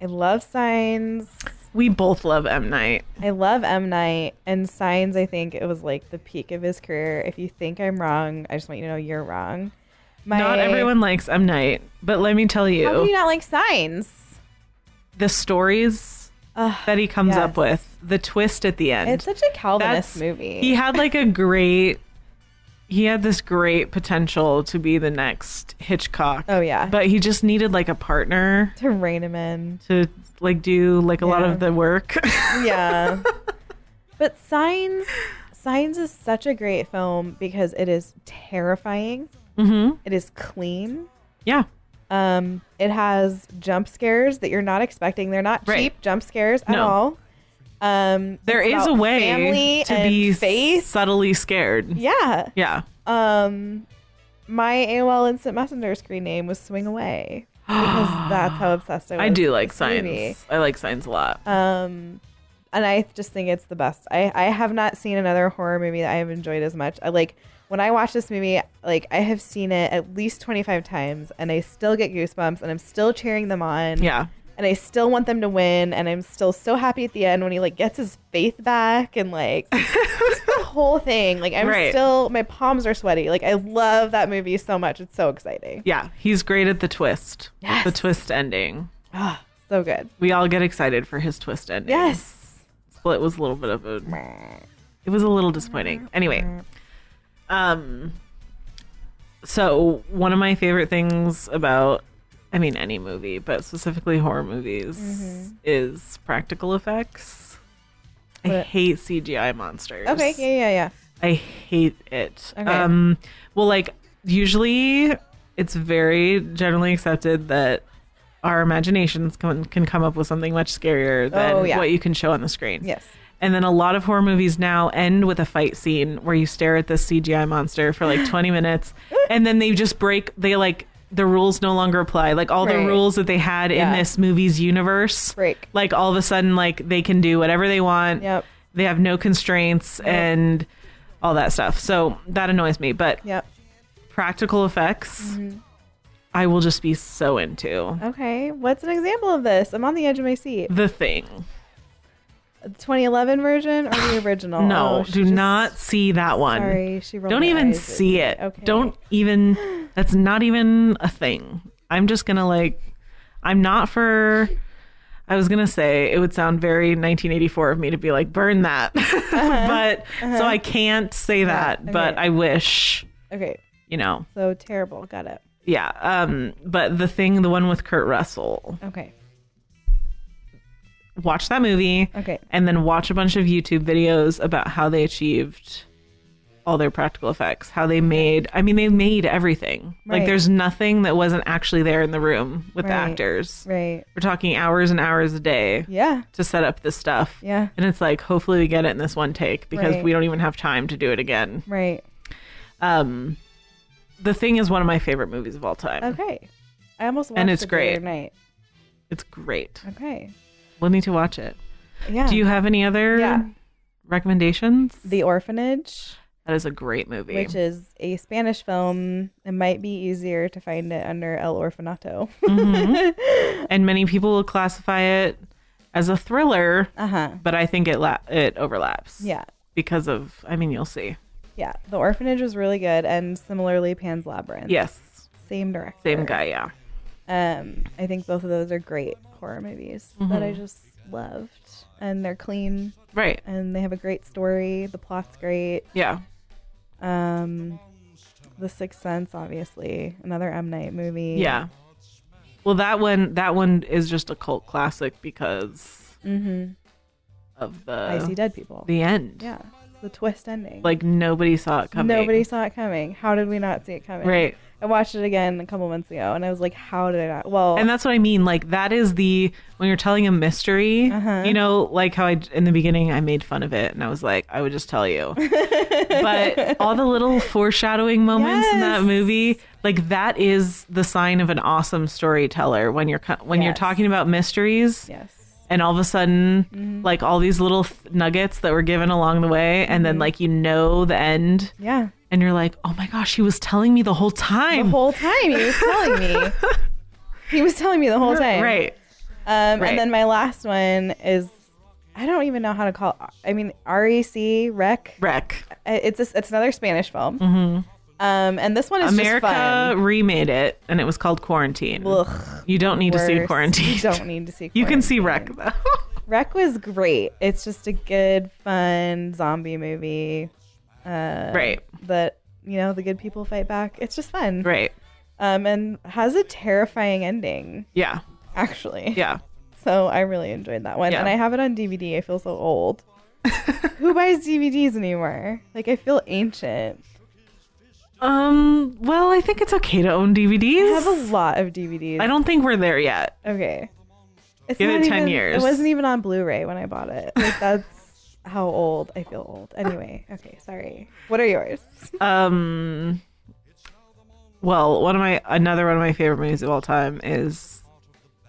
[SPEAKER 2] I love Signs.
[SPEAKER 1] We both love M. Night.
[SPEAKER 2] I love M. Night and Signs. I think it was like the peak of his career. If you think I'm wrong, I just want you to know you're wrong. My,
[SPEAKER 1] Not everyone likes M. Night, but let me tell you,
[SPEAKER 2] How can you not like Signs?
[SPEAKER 1] the stories
[SPEAKER 2] Ugh,
[SPEAKER 1] that he comes up
[SPEAKER 2] yes.
[SPEAKER 1] with, the twist at the end.
[SPEAKER 2] It's such a Calvinist
[SPEAKER 1] That's-
[SPEAKER 2] movie.
[SPEAKER 1] He had like a great he had this great potential to be the next Hitchcock.
[SPEAKER 2] Oh, yeah.
[SPEAKER 1] But he just needed like a partner
[SPEAKER 2] to rein him in.
[SPEAKER 1] to like do like a lot
[SPEAKER 2] Yeah.
[SPEAKER 1] of the work.
[SPEAKER 2] yeah. But Signs Signs is such a great film because it is terrifying.
[SPEAKER 1] mhm.
[SPEAKER 2] It is clean.
[SPEAKER 1] Yeah.
[SPEAKER 2] Um, it has jump scares that you're not expecting. They're not
[SPEAKER 1] Right.
[SPEAKER 2] cheap jump scares at
[SPEAKER 1] No.
[SPEAKER 2] all. Um,
[SPEAKER 1] There
[SPEAKER 2] it's
[SPEAKER 1] is a
[SPEAKER 2] about
[SPEAKER 1] way
[SPEAKER 2] family
[SPEAKER 1] to
[SPEAKER 2] and
[SPEAKER 1] be
[SPEAKER 2] faith.
[SPEAKER 1] subtly scared.
[SPEAKER 2] Yeah.
[SPEAKER 1] Yeah.
[SPEAKER 2] Um, my AOL Instant Messenger screen name was Swing Away because that's how obsessed I was.
[SPEAKER 1] I do
[SPEAKER 2] with
[SPEAKER 1] like
[SPEAKER 2] this
[SPEAKER 1] signs.
[SPEAKER 2] movie.
[SPEAKER 1] I like signs a lot.
[SPEAKER 2] Um, and I just think it's the best. I, I have not seen another horror movie that I have enjoyed as much. I like when I watch this movie, like I have seen it at least 25 times and I still get goosebumps and I'm still cheering them on.
[SPEAKER 1] yeah.
[SPEAKER 2] And I still want them to win and I'm still so happy at the end when he like gets his faith back and like just the whole thing. Like I'm
[SPEAKER 1] Right.
[SPEAKER 2] still my palms are sweaty. Like I love that movie so much. It's so exciting.
[SPEAKER 1] Yeah. He's great at the twist.
[SPEAKER 2] Yes.
[SPEAKER 1] The twist ending.
[SPEAKER 2] Ah, so good.
[SPEAKER 1] We all get excited for his twist ending.
[SPEAKER 2] Yes.
[SPEAKER 1] Split was a little bit of a it was a little disappointing. Anyway, um, so one of my favorite things about, I mean, any movie, but specifically horror movies,
[SPEAKER 2] Mm-hmm.
[SPEAKER 1] is practical effects. I
[SPEAKER 2] What-
[SPEAKER 1] hate CGI monsters.
[SPEAKER 2] Okay, yeah, yeah, yeah.
[SPEAKER 1] I hate it.
[SPEAKER 2] Okay.
[SPEAKER 1] Um, well, like usually, it's very generally accepted that our imaginations can can come up with something much scarier than
[SPEAKER 2] Oh, yeah.
[SPEAKER 1] what you can show on the screen.
[SPEAKER 2] Yes.
[SPEAKER 1] And then a lot of horror movies now end with a fight scene where you stare at this CGI monster for like 20 minutes and then they just break they like the rules no longer apply. Like all
[SPEAKER 2] Right.
[SPEAKER 1] the rules that they had
[SPEAKER 2] Yeah.
[SPEAKER 1] in this movie's universe
[SPEAKER 2] Break.
[SPEAKER 1] like all of a sudden like they can do whatever they want.
[SPEAKER 2] Yep.
[SPEAKER 1] They have no constraints and all that stuff. So that annoys me, but
[SPEAKER 2] Yep.
[SPEAKER 1] practical effects
[SPEAKER 2] Mm-hmm.
[SPEAKER 1] I will just be so into.
[SPEAKER 2] Okay, what's an example of this? I'm on the edge of my seat.
[SPEAKER 1] The thing.
[SPEAKER 2] The 2011 version or the original?
[SPEAKER 1] No,
[SPEAKER 2] Oh, she
[SPEAKER 1] do
[SPEAKER 2] just-
[SPEAKER 1] not see that one.
[SPEAKER 2] Sorry, she rolled
[SPEAKER 1] Don't
[SPEAKER 2] her
[SPEAKER 1] even
[SPEAKER 2] eyes at
[SPEAKER 1] see
[SPEAKER 2] me.
[SPEAKER 1] it.
[SPEAKER 2] Okay.
[SPEAKER 1] Don't even. That's not even a thing. I'm just gonna like. I'm not for. I was gonna say it would sound very 1984 of me to be like burn that, but so I can't say that. But
[SPEAKER 2] Uh-huh. okay.
[SPEAKER 1] I wish
[SPEAKER 2] Okay,
[SPEAKER 1] you know.
[SPEAKER 2] so terrible. Got it.
[SPEAKER 1] Yeah. Um. But the thing, the one with Kurt Russell,
[SPEAKER 2] Okay,
[SPEAKER 1] watch that movie.
[SPEAKER 2] okay.
[SPEAKER 1] and then watch a bunch of YouTube videos about how they achieved all their practical effects, how they made I mean they made everything. Like
[SPEAKER 2] Right.
[SPEAKER 1] there's nothing that wasn't actually there in the room with the
[SPEAKER 2] Right.
[SPEAKER 1] actors.
[SPEAKER 2] Right.
[SPEAKER 1] We're talking hours and hours a day
[SPEAKER 2] Yeah.
[SPEAKER 1] to set up this stuff.
[SPEAKER 2] Yeah.
[SPEAKER 1] And it's like hopefully we get it in this one take because
[SPEAKER 2] Right.
[SPEAKER 1] we don't even have time to do it again.
[SPEAKER 2] Right.
[SPEAKER 1] Um The Thing is one of my favorite movies of all time.
[SPEAKER 2] Okay. I almost watched
[SPEAKER 1] And it's
[SPEAKER 2] it the other
[SPEAKER 1] great.
[SPEAKER 2] night.
[SPEAKER 1] It's great.
[SPEAKER 2] Okay.
[SPEAKER 1] We'll need to watch it.
[SPEAKER 2] Yeah.
[SPEAKER 1] Do you have any other
[SPEAKER 2] Yeah.
[SPEAKER 1] recommendations?
[SPEAKER 2] The Orphanage,
[SPEAKER 1] That is a great movie.
[SPEAKER 2] which is a Spanish film. It might be easier to find it under El Orfanato.
[SPEAKER 1] and many people will classify it as a thriller,
[SPEAKER 2] uh huh.
[SPEAKER 1] but I think it la- it overlaps.
[SPEAKER 2] Yeah.
[SPEAKER 1] because of I mean you'll see.
[SPEAKER 2] Yeah. The Orphanage was really good, and similarly, Pan's Labyrinth.
[SPEAKER 1] Yes,
[SPEAKER 2] Same director.
[SPEAKER 1] same guy. Yeah,
[SPEAKER 2] Um, I think both of those are great horror movies that
[SPEAKER 1] Mm-hmm.
[SPEAKER 2] I just loved, and they're clean
[SPEAKER 1] right.
[SPEAKER 2] and they have a great story. The plot's great.
[SPEAKER 1] Yeah,
[SPEAKER 2] Um, The Sixth Sense, obviously, another M Night movie.
[SPEAKER 1] yeah. Well, that one that one is just a cult classic because
[SPEAKER 2] Mm-hmm.
[SPEAKER 1] of
[SPEAKER 2] I see
[SPEAKER 1] the
[SPEAKER 2] dead people.
[SPEAKER 1] the end.
[SPEAKER 2] yeah, the twist ending.
[SPEAKER 1] Like nobody saw it coming.
[SPEAKER 2] Nobody saw it coming. How did we not see it coming?
[SPEAKER 1] Right.
[SPEAKER 2] I watched it again a couple months ago, and I was like, "How did I not?" Well,
[SPEAKER 1] And that's what I mean. Like that is the when you're telling a mystery,
[SPEAKER 2] Uh-huh.
[SPEAKER 1] you know, like how I in the beginning I made fun of it and I was like, I would just tell you. but all the little foreshadowing moments in that
[SPEAKER 2] Yes.
[SPEAKER 1] movie, like that is the sign of an awesome storyteller when you're co- when you're
[SPEAKER 2] Yes.
[SPEAKER 1] talking about mysteries
[SPEAKER 2] yes, Mm-hmm.
[SPEAKER 1] and all of a sudden like all these little th- nuggets that were given along the way and
[SPEAKER 2] Mm-hmm.
[SPEAKER 1] then like you know the end
[SPEAKER 2] yeah,
[SPEAKER 1] and you're like, "Oh my gosh, he was telling me the whole
[SPEAKER 2] the
[SPEAKER 1] time."
[SPEAKER 2] whole time he was telling me. he was telling me the whole time.
[SPEAKER 1] Right.
[SPEAKER 2] Um,
[SPEAKER 1] Right.
[SPEAKER 2] And then my last one is, I don't even know how to call. I mean, REC Rec.
[SPEAKER 1] Wreck.
[SPEAKER 2] It's a, it's another Spanish film. Um, and this one is just
[SPEAKER 1] Mm-hmm. America
[SPEAKER 2] fun.
[SPEAKER 1] remade it and it was called Quarantine.
[SPEAKER 2] Ugh,
[SPEAKER 1] you don't need to see
[SPEAKER 2] worse.
[SPEAKER 1] Quarantine.
[SPEAKER 2] You don't need to see.
[SPEAKER 1] You can see Wreck
[SPEAKER 2] Quarantine.
[SPEAKER 1] though.
[SPEAKER 2] Wreck was great. It's just a good, fun zombie movie Uh,
[SPEAKER 1] right.
[SPEAKER 2] that you know the good people fight back. It's just fun.
[SPEAKER 1] Right.
[SPEAKER 2] Um, and has a terrifying ending
[SPEAKER 1] Yeah.
[SPEAKER 2] actually.
[SPEAKER 1] Yeah.
[SPEAKER 2] So I really enjoyed that one.
[SPEAKER 1] Yeah.
[SPEAKER 2] And I have it on DVD. I feel so old. Who buys DVDs anymore? Like, I feel ancient.
[SPEAKER 1] Um well, I think it's okay to own
[SPEAKER 2] I
[SPEAKER 1] DVDs.
[SPEAKER 2] have a lot of DVDs.
[SPEAKER 1] I don't think we're there yet.
[SPEAKER 2] Okay. It's
[SPEAKER 1] Give it
[SPEAKER 2] not
[SPEAKER 1] 10
[SPEAKER 2] even-
[SPEAKER 1] years.
[SPEAKER 2] It wasn't even on Blu ray when I bought it. Like, that's how old I feel old. Anyway, okay, sorry. What are yours?
[SPEAKER 1] Um well, one of my another one of my favorite movies of all time is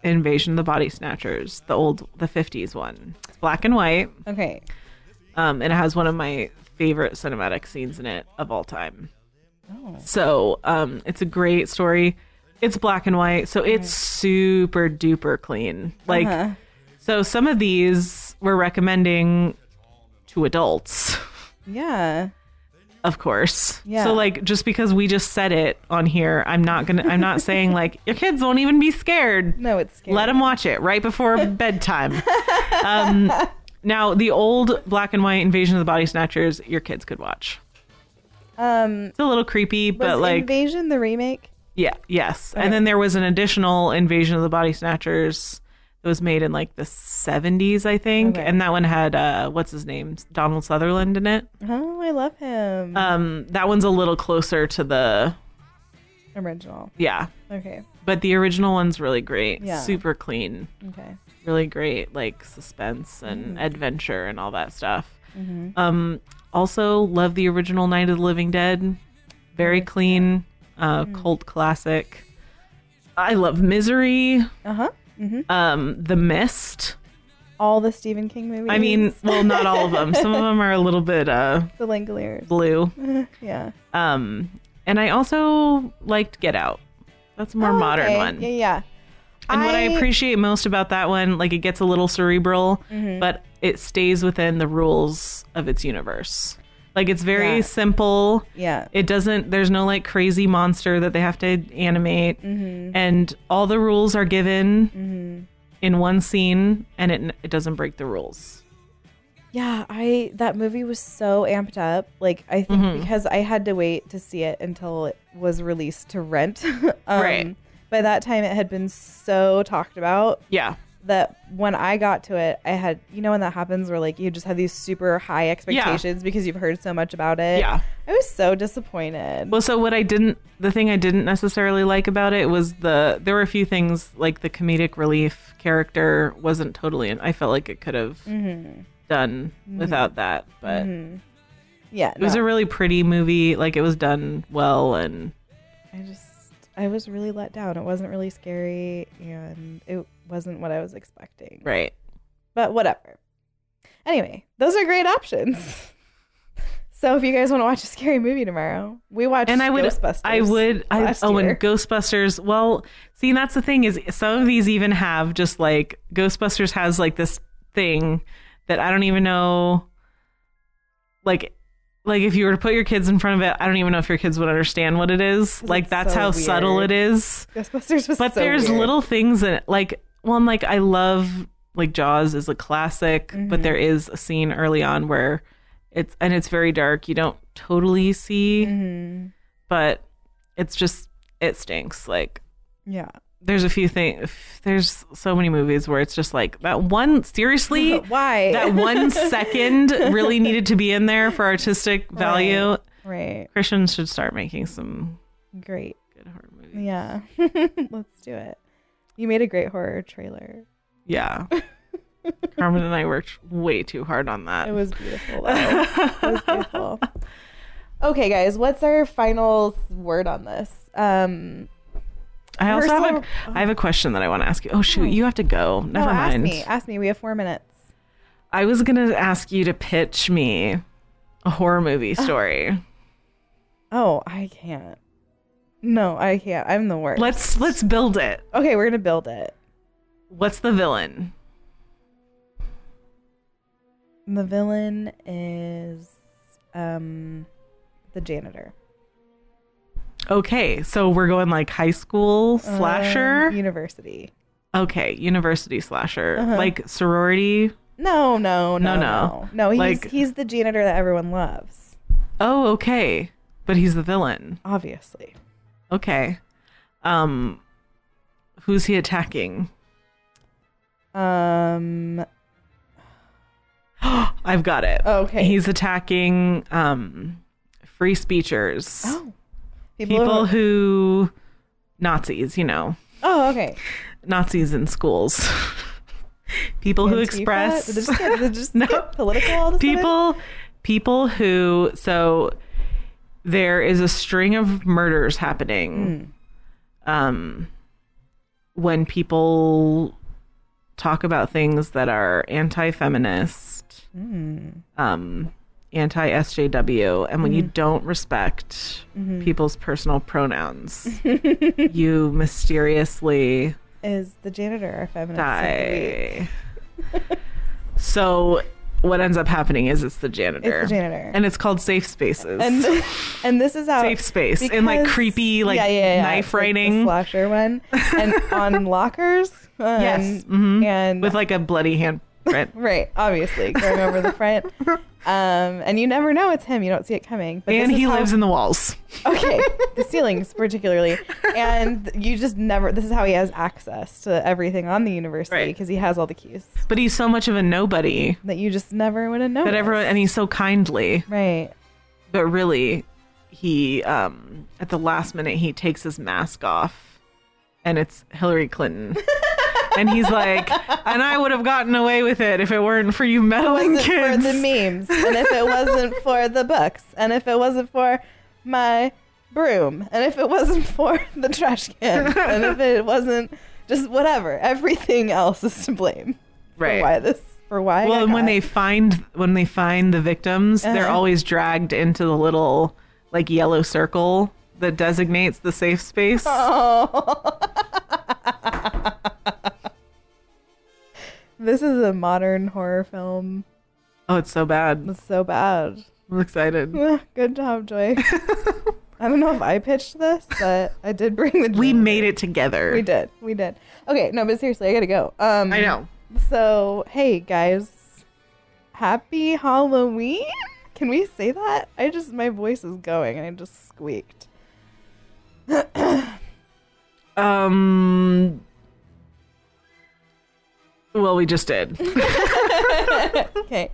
[SPEAKER 1] Invasion of the Body Snatchers, the old the 50s one. It's black and white.
[SPEAKER 2] Okay.
[SPEAKER 1] Um and it has one of my favorite cinematic scenes in it of all time.
[SPEAKER 2] Oh.
[SPEAKER 1] So um, it's a great story. It's black and white, so it's super duper clean. Like,
[SPEAKER 2] Uh-huh.
[SPEAKER 1] so some of these we're recommending to adults,
[SPEAKER 2] Yeah.
[SPEAKER 1] of course.
[SPEAKER 2] Yeah.
[SPEAKER 1] So like, just because we just said it on here, I'm not gonna. I'm not saying like your kids won't even be scared.
[SPEAKER 2] No, it's scary.
[SPEAKER 1] Let them watch it right before bedtime. um, now the old black and white Invasion of the Body Snatchers, your kids could watch.
[SPEAKER 2] Um,
[SPEAKER 1] It's a little creepy,
[SPEAKER 2] was
[SPEAKER 1] but like
[SPEAKER 2] Invasion the remake?
[SPEAKER 1] Yeah, yes.
[SPEAKER 2] Okay.
[SPEAKER 1] And then there was an additional Invasion of the Body Snatchers that was made in like the 70s, I think.
[SPEAKER 2] Okay.
[SPEAKER 1] And that one had, uh, what's his name? Donald Sutherland in it.
[SPEAKER 2] Oh, I love him.
[SPEAKER 1] Um, that one's a little closer to the,
[SPEAKER 2] Original.
[SPEAKER 1] yeah.
[SPEAKER 2] Okay.
[SPEAKER 1] But the original one's really great.
[SPEAKER 2] Yeah.
[SPEAKER 1] Super clean.
[SPEAKER 2] Okay.
[SPEAKER 1] Really great, like suspense and
[SPEAKER 2] Mm.
[SPEAKER 1] adventure and all that stuff.
[SPEAKER 2] Mm-hmm.
[SPEAKER 1] Um, also, love the original Night of the Living Dead. Very clean, uh,
[SPEAKER 2] Mm.
[SPEAKER 1] cult classic. I love Misery.
[SPEAKER 2] Uh huh. Mm-hmm.
[SPEAKER 1] um the mist
[SPEAKER 2] All the Stephen King movies.
[SPEAKER 1] i mean well not all of them some of them are a little bit uh
[SPEAKER 2] the Langoliers.
[SPEAKER 1] blue
[SPEAKER 2] Mm-hmm. Yeah.
[SPEAKER 1] um and i also liked get out that's a more
[SPEAKER 2] Oh,
[SPEAKER 1] modern
[SPEAKER 2] okay.
[SPEAKER 1] one
[SPEAKER 2] Yeah, yeah.
[SPEAKER 1] And what I
[SPEAKER 2] I-
[SPEAKER 1] appreciate most about that one, like it gets a little cerebral,
[SPEAKER 2] Mm-hmm.
[SPEAKER 1] but it stays within the rules of its universe. Like it's very
[SPEAKER 2] Yeah.
[SPEAKER 1] simple.
[SPEAKER 2] Yeah.
[SPEAKER 1] It doesn't, there's no like crazy monster that they have to animate.
[SPEAKER 2] Mm-hmm.
[SPEAKER 1] And all the rules are given in one scene and it, it doesn't break the rules.
[SPEAKER 2] Yeah, I that movie was so amped up. Like I think
[SPEAKER 1] Mm-hmm.
[SPEAKER 2] because I had to wait to see it until it was released to rent. um,
[SPEAKER 1] Right.
[SPEAKER 2] By that time, it had been so talked about
[SPEAKER 1] Yeah.
[SPEAKER 2] that when I got to it, I had you know when that happens where like you just have these super high expectations because you've heard so much about it.
[SPEAKER 1] Yeah.
[SPEAKER 2] I was so disappointed.
[SPEAKER 1] Well, so what I didn't, the thing I didn't necessarily like about it was the, there were a few things like the comedic relief character wasn't totally, and I felt like it could
[SPEAKER 2] Mm-hmm.
[SPEAKER 1] have done without that. But
[SPEAKER 2] yeah,
[SPEAKER 1] it was
[SPEAKER 2] no,
[SPEAKER 1] a really pretty movie. Like it was done well and
[SPEAKER 2] I just I was really let down. It wasn't really scary, and it wasn't what I was expecting.
[SPEAKER 1] right.
[SPEAKER 2] but whatever. Anyway, those are great options. So if you guys want to watch a scary movie tomorrow, we watched
[SPEAKER 1] And I would,
[SPEAKER 2] Ghostbusters.
[SPEAKER 1] I would, I,
[SPEAKER 2] last
[SPEAKER 1] oh,
[SPEAKER 2] year.
[SPEAKER 1] and Ghostbusters. Well, see, and that's the thing is some of these even have just like Ghostbusters has like this thing that I don't even know. Like, like if you were to put your kids in front of it, I don't even know if your kids would understand what it is. Like
[SPEAKER 2] it's
[SPEAKER 1] that's
[SPEAKER 2] so
[SPEAKER 1] how subtle
[SPEAKER 2] weird.
[SPEAKER 1] it is.
[SPEAKER 2] Ghostbusters was
[SPEAKER 1] But
[SPEAKER 2] so
[SPEAKER 1] there's
[SPEAKER 2] weird.
[SPEAKER 1] little things that like one like I love like Jaws is a classic, but there
[SPEAKER 2] Mm-hmm.
[SPEAKER 1] is a scene early on where it's and it's very dark. You don't totally see,
[SPEAKER 2] Mm-hmm.
[SPEAKER 1] but it's just it stinks. Like
[SPEAKER 2] yeah.
[SPEAKER 1] there's a few things. There's so many movies where it's just like that one. Seriously,
[SPEAKER 2] Why?
[SPEAKER 1] that one second really needed to be in there for artistic value.
[SPEAKER 2] right.
[SPEAKER 1] Christians should start making some
[SPEAKER 2] Great.
[SPEAKER 1] good horror movies.
[SPEAKER 2] Yeah. Let's do it. You made a great horror trailer.
[SPEAKER 1] Yeah. Carmen and I worked way too hard on that.
[SPEAKER 2] It was beautiful. Though. it was beautiful. Okay, guys, what's our final word on this? Um,
[SPEAKER 1] I also have a,
[SPEAKER 2] Ursula-
[SPEAKER 1] I have a question that I want to ask you. Oh shoot, you have to go. Never
[SPEAKER 2] no,
[SPEAKER 1] mind.
[SPEAKER 2] ask me. Ask me. We have four minutes.
[SPEAKER 1] I was gonna ask you to pitch me a horror movie story.
[SPEAKER 2] Oh, I can't. No, I can't. I'm the worst.
[SPEAKER 1] let's let's build it.
[SPEAKER 2] okay, we're gonna build it.
[SPEAKER 1] What's the villain?
[SPEAKER 2] The villain is um the janitor.
[SPEAKER 1] Okay, so we're going like high school slasher.
[SPEAKER 2] Um, university.
[SPEAKER 1] okay, university slasher,
[SPEAKER 2] Uh-huh.
[SPEAKER 1] like sorority.
[SPEAKER 2] No, no,
[SPEAKER 1] No,
[SPEAKER 2] no, no,
[SPEAKER 1] no.
[SPEAKER 2] no. he's
[SPEAKER 1] Like-
[SPEAKER 2] he's the janitor that everyone loves.
[SPEAKER 1] Oh, okay, but he's the villain.
[SPEAKER 2] Obviously,
[SPEAKER 1] Okay, um, who's he attacking?
[SPEAKER 2] um,
[SPEAKER 1] I've got it.
[SPEAKER 2] Oh, Okay.
[SPEAKER 1] He's attacking um, free speechers,
[SPEAKER 2] oh, people,
[SPEAKER 1] people who Nazis, you know,
[SPEAKER 2] oh, okay.
[SPEAKER 1] Nazis in schools, people who
[SPEAKER 2] Antifa?
[SPEAKER 1] express
[SPEAKER 2] Did it just get, did it just
[SPEAKER 1] No.
[SPEAKER 2] get political. All of a sudden?
[SPEAKER 1] people, people who so there is a string of murders happening. Um, when people talk about things that are anti-feminist, um, anti-SJW, and when you don't respect people's personal pronouns, you mysteriously
[SPEAKER 2] is the janitor a feminist?
[SPEAKER 1] die. so what ends up happening is it's the janitor.
[SPEAKER 2] It's the janitor.
[SPEAKER 1] And it's called Safe Spaces.
[SPEAKER 2] and and this is how
[SPEAKER 1] Safe space and, like,
[SPEAKER 2] because-
[SPEAKER 1] creepy, like, knife
[SPEAKER 2] It's, like, the
[SPEAKER 1] writing.
[SPEAKER 2] slasher one and on lockers um,
[SPEAKER 1] Yes. Mhm.
[SPEAKER 2] and
[SPEAKER 1] with like a bloody handprint.
[SPEAKER 2] right obviously going over the front um and you never know it's him you don't see it coming but
[SPEAKER 1] and
[SPEAKER 2] this is
[SPEAKER 1] he
[SPEAKER 2] how-
[SPEAKER 1] lives in the walls.
[SPEAKER 2] okay the ceilings particularly and you just never this is how he has access to everything on the university
[SPEAKER 1] Right.
[SPEAKER 2] because he has all the keys
[SPEAKER 1] But he's so much of a nobody
[SPEAKER 2] that you just never would have known
[SPEAKER 1] that everyone and he's so kindly.
[SPEAKER 2] right
[SPEAKER 1] But really he um at the last minute he takes his mask off and it's Hillary Clinton. And he's like, and I would have gotten away with it if it weren't for you meddling
[SPEAKER 2] wasn't
[SPEAKER 1] kids.
[SPEAKER 2] for the memes, and if it wasn't for the books, and if it wasn't for my broom, and if it wasn't for the trash can, and if it wasn't just whatever, everything else is to blame for
[SPEAKER 1] Right.
[SPEAKER 2] why this for why. I
[SPEAKER 1] well
[SPEAKER 2] got
[SPEAKER 1] and when
[SPEAKER 2] caught.
[SPEAKER 1] they find when they find the victims they're
[SPEAKER 2] Uh-huh.
[SPEAKER 1] always dragged into the little like yellow circle that designates the safe space
[SPEAKER 2] oh this is a modern horror film.
[SPEAKER 1] Oh, it's so bad.
[SPEAKER 2] It's so bad.
[SPEAKER 1] I'm excited.
[SPEAKER 2] Good job, Joy. I don't know if I pitched this, but I did bring the.
[SPEAKER 1] We made it together.
[SPEAKER 2] We did. We did. Okay, no, but seriously, I gotta go. Um,
[SPEAKER 1] I know.
[SPEAKER 2] So, hey guys, happy Halloween! Can we say that? I just my voice is going, and I just squeaked.
[SPEAKER 1] Um. Well, we just did.
[SPEAKER 2] Okay,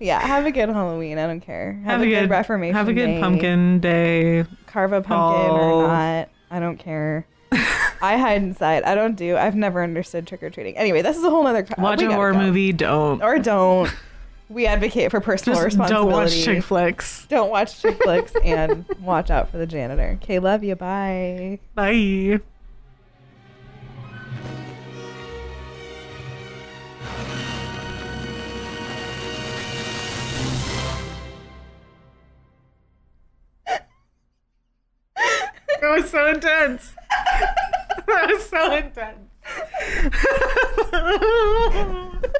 [SPEAKER 2] yeah. Have a good Halloween. I don't care. Have,
[SPEAKER 1] a good
[SPEAKER 2] Reformation.
[SPEAKER 1] Have a good
[SPEAKER 2] Day. Uh,
[SPEAKER 1] pumpkin day.
[SPEAKER 2] Carve a pumpkin
[SPEAKER 1] Oh.
[SPEAKER 2] or not. I don't care. I hide inside. I don't do. I've never understood trick or treating. Anyway, this is a whole other.
[SPEAKER 1] Watch a horror movie. Don't.
[SPEAKER 2] or don't. We advocate for personal
[SPEAKER 1] Just
[SPEAKER 2] responsibility.
[SPEAKER 1] don't watch chick flicks.
[SPEAKER 2] don't watch chick flicks and watch out for the janitor. Okay, love you. Bye.
[SPEAKER 1] Bye. That was so intense. That was so intense.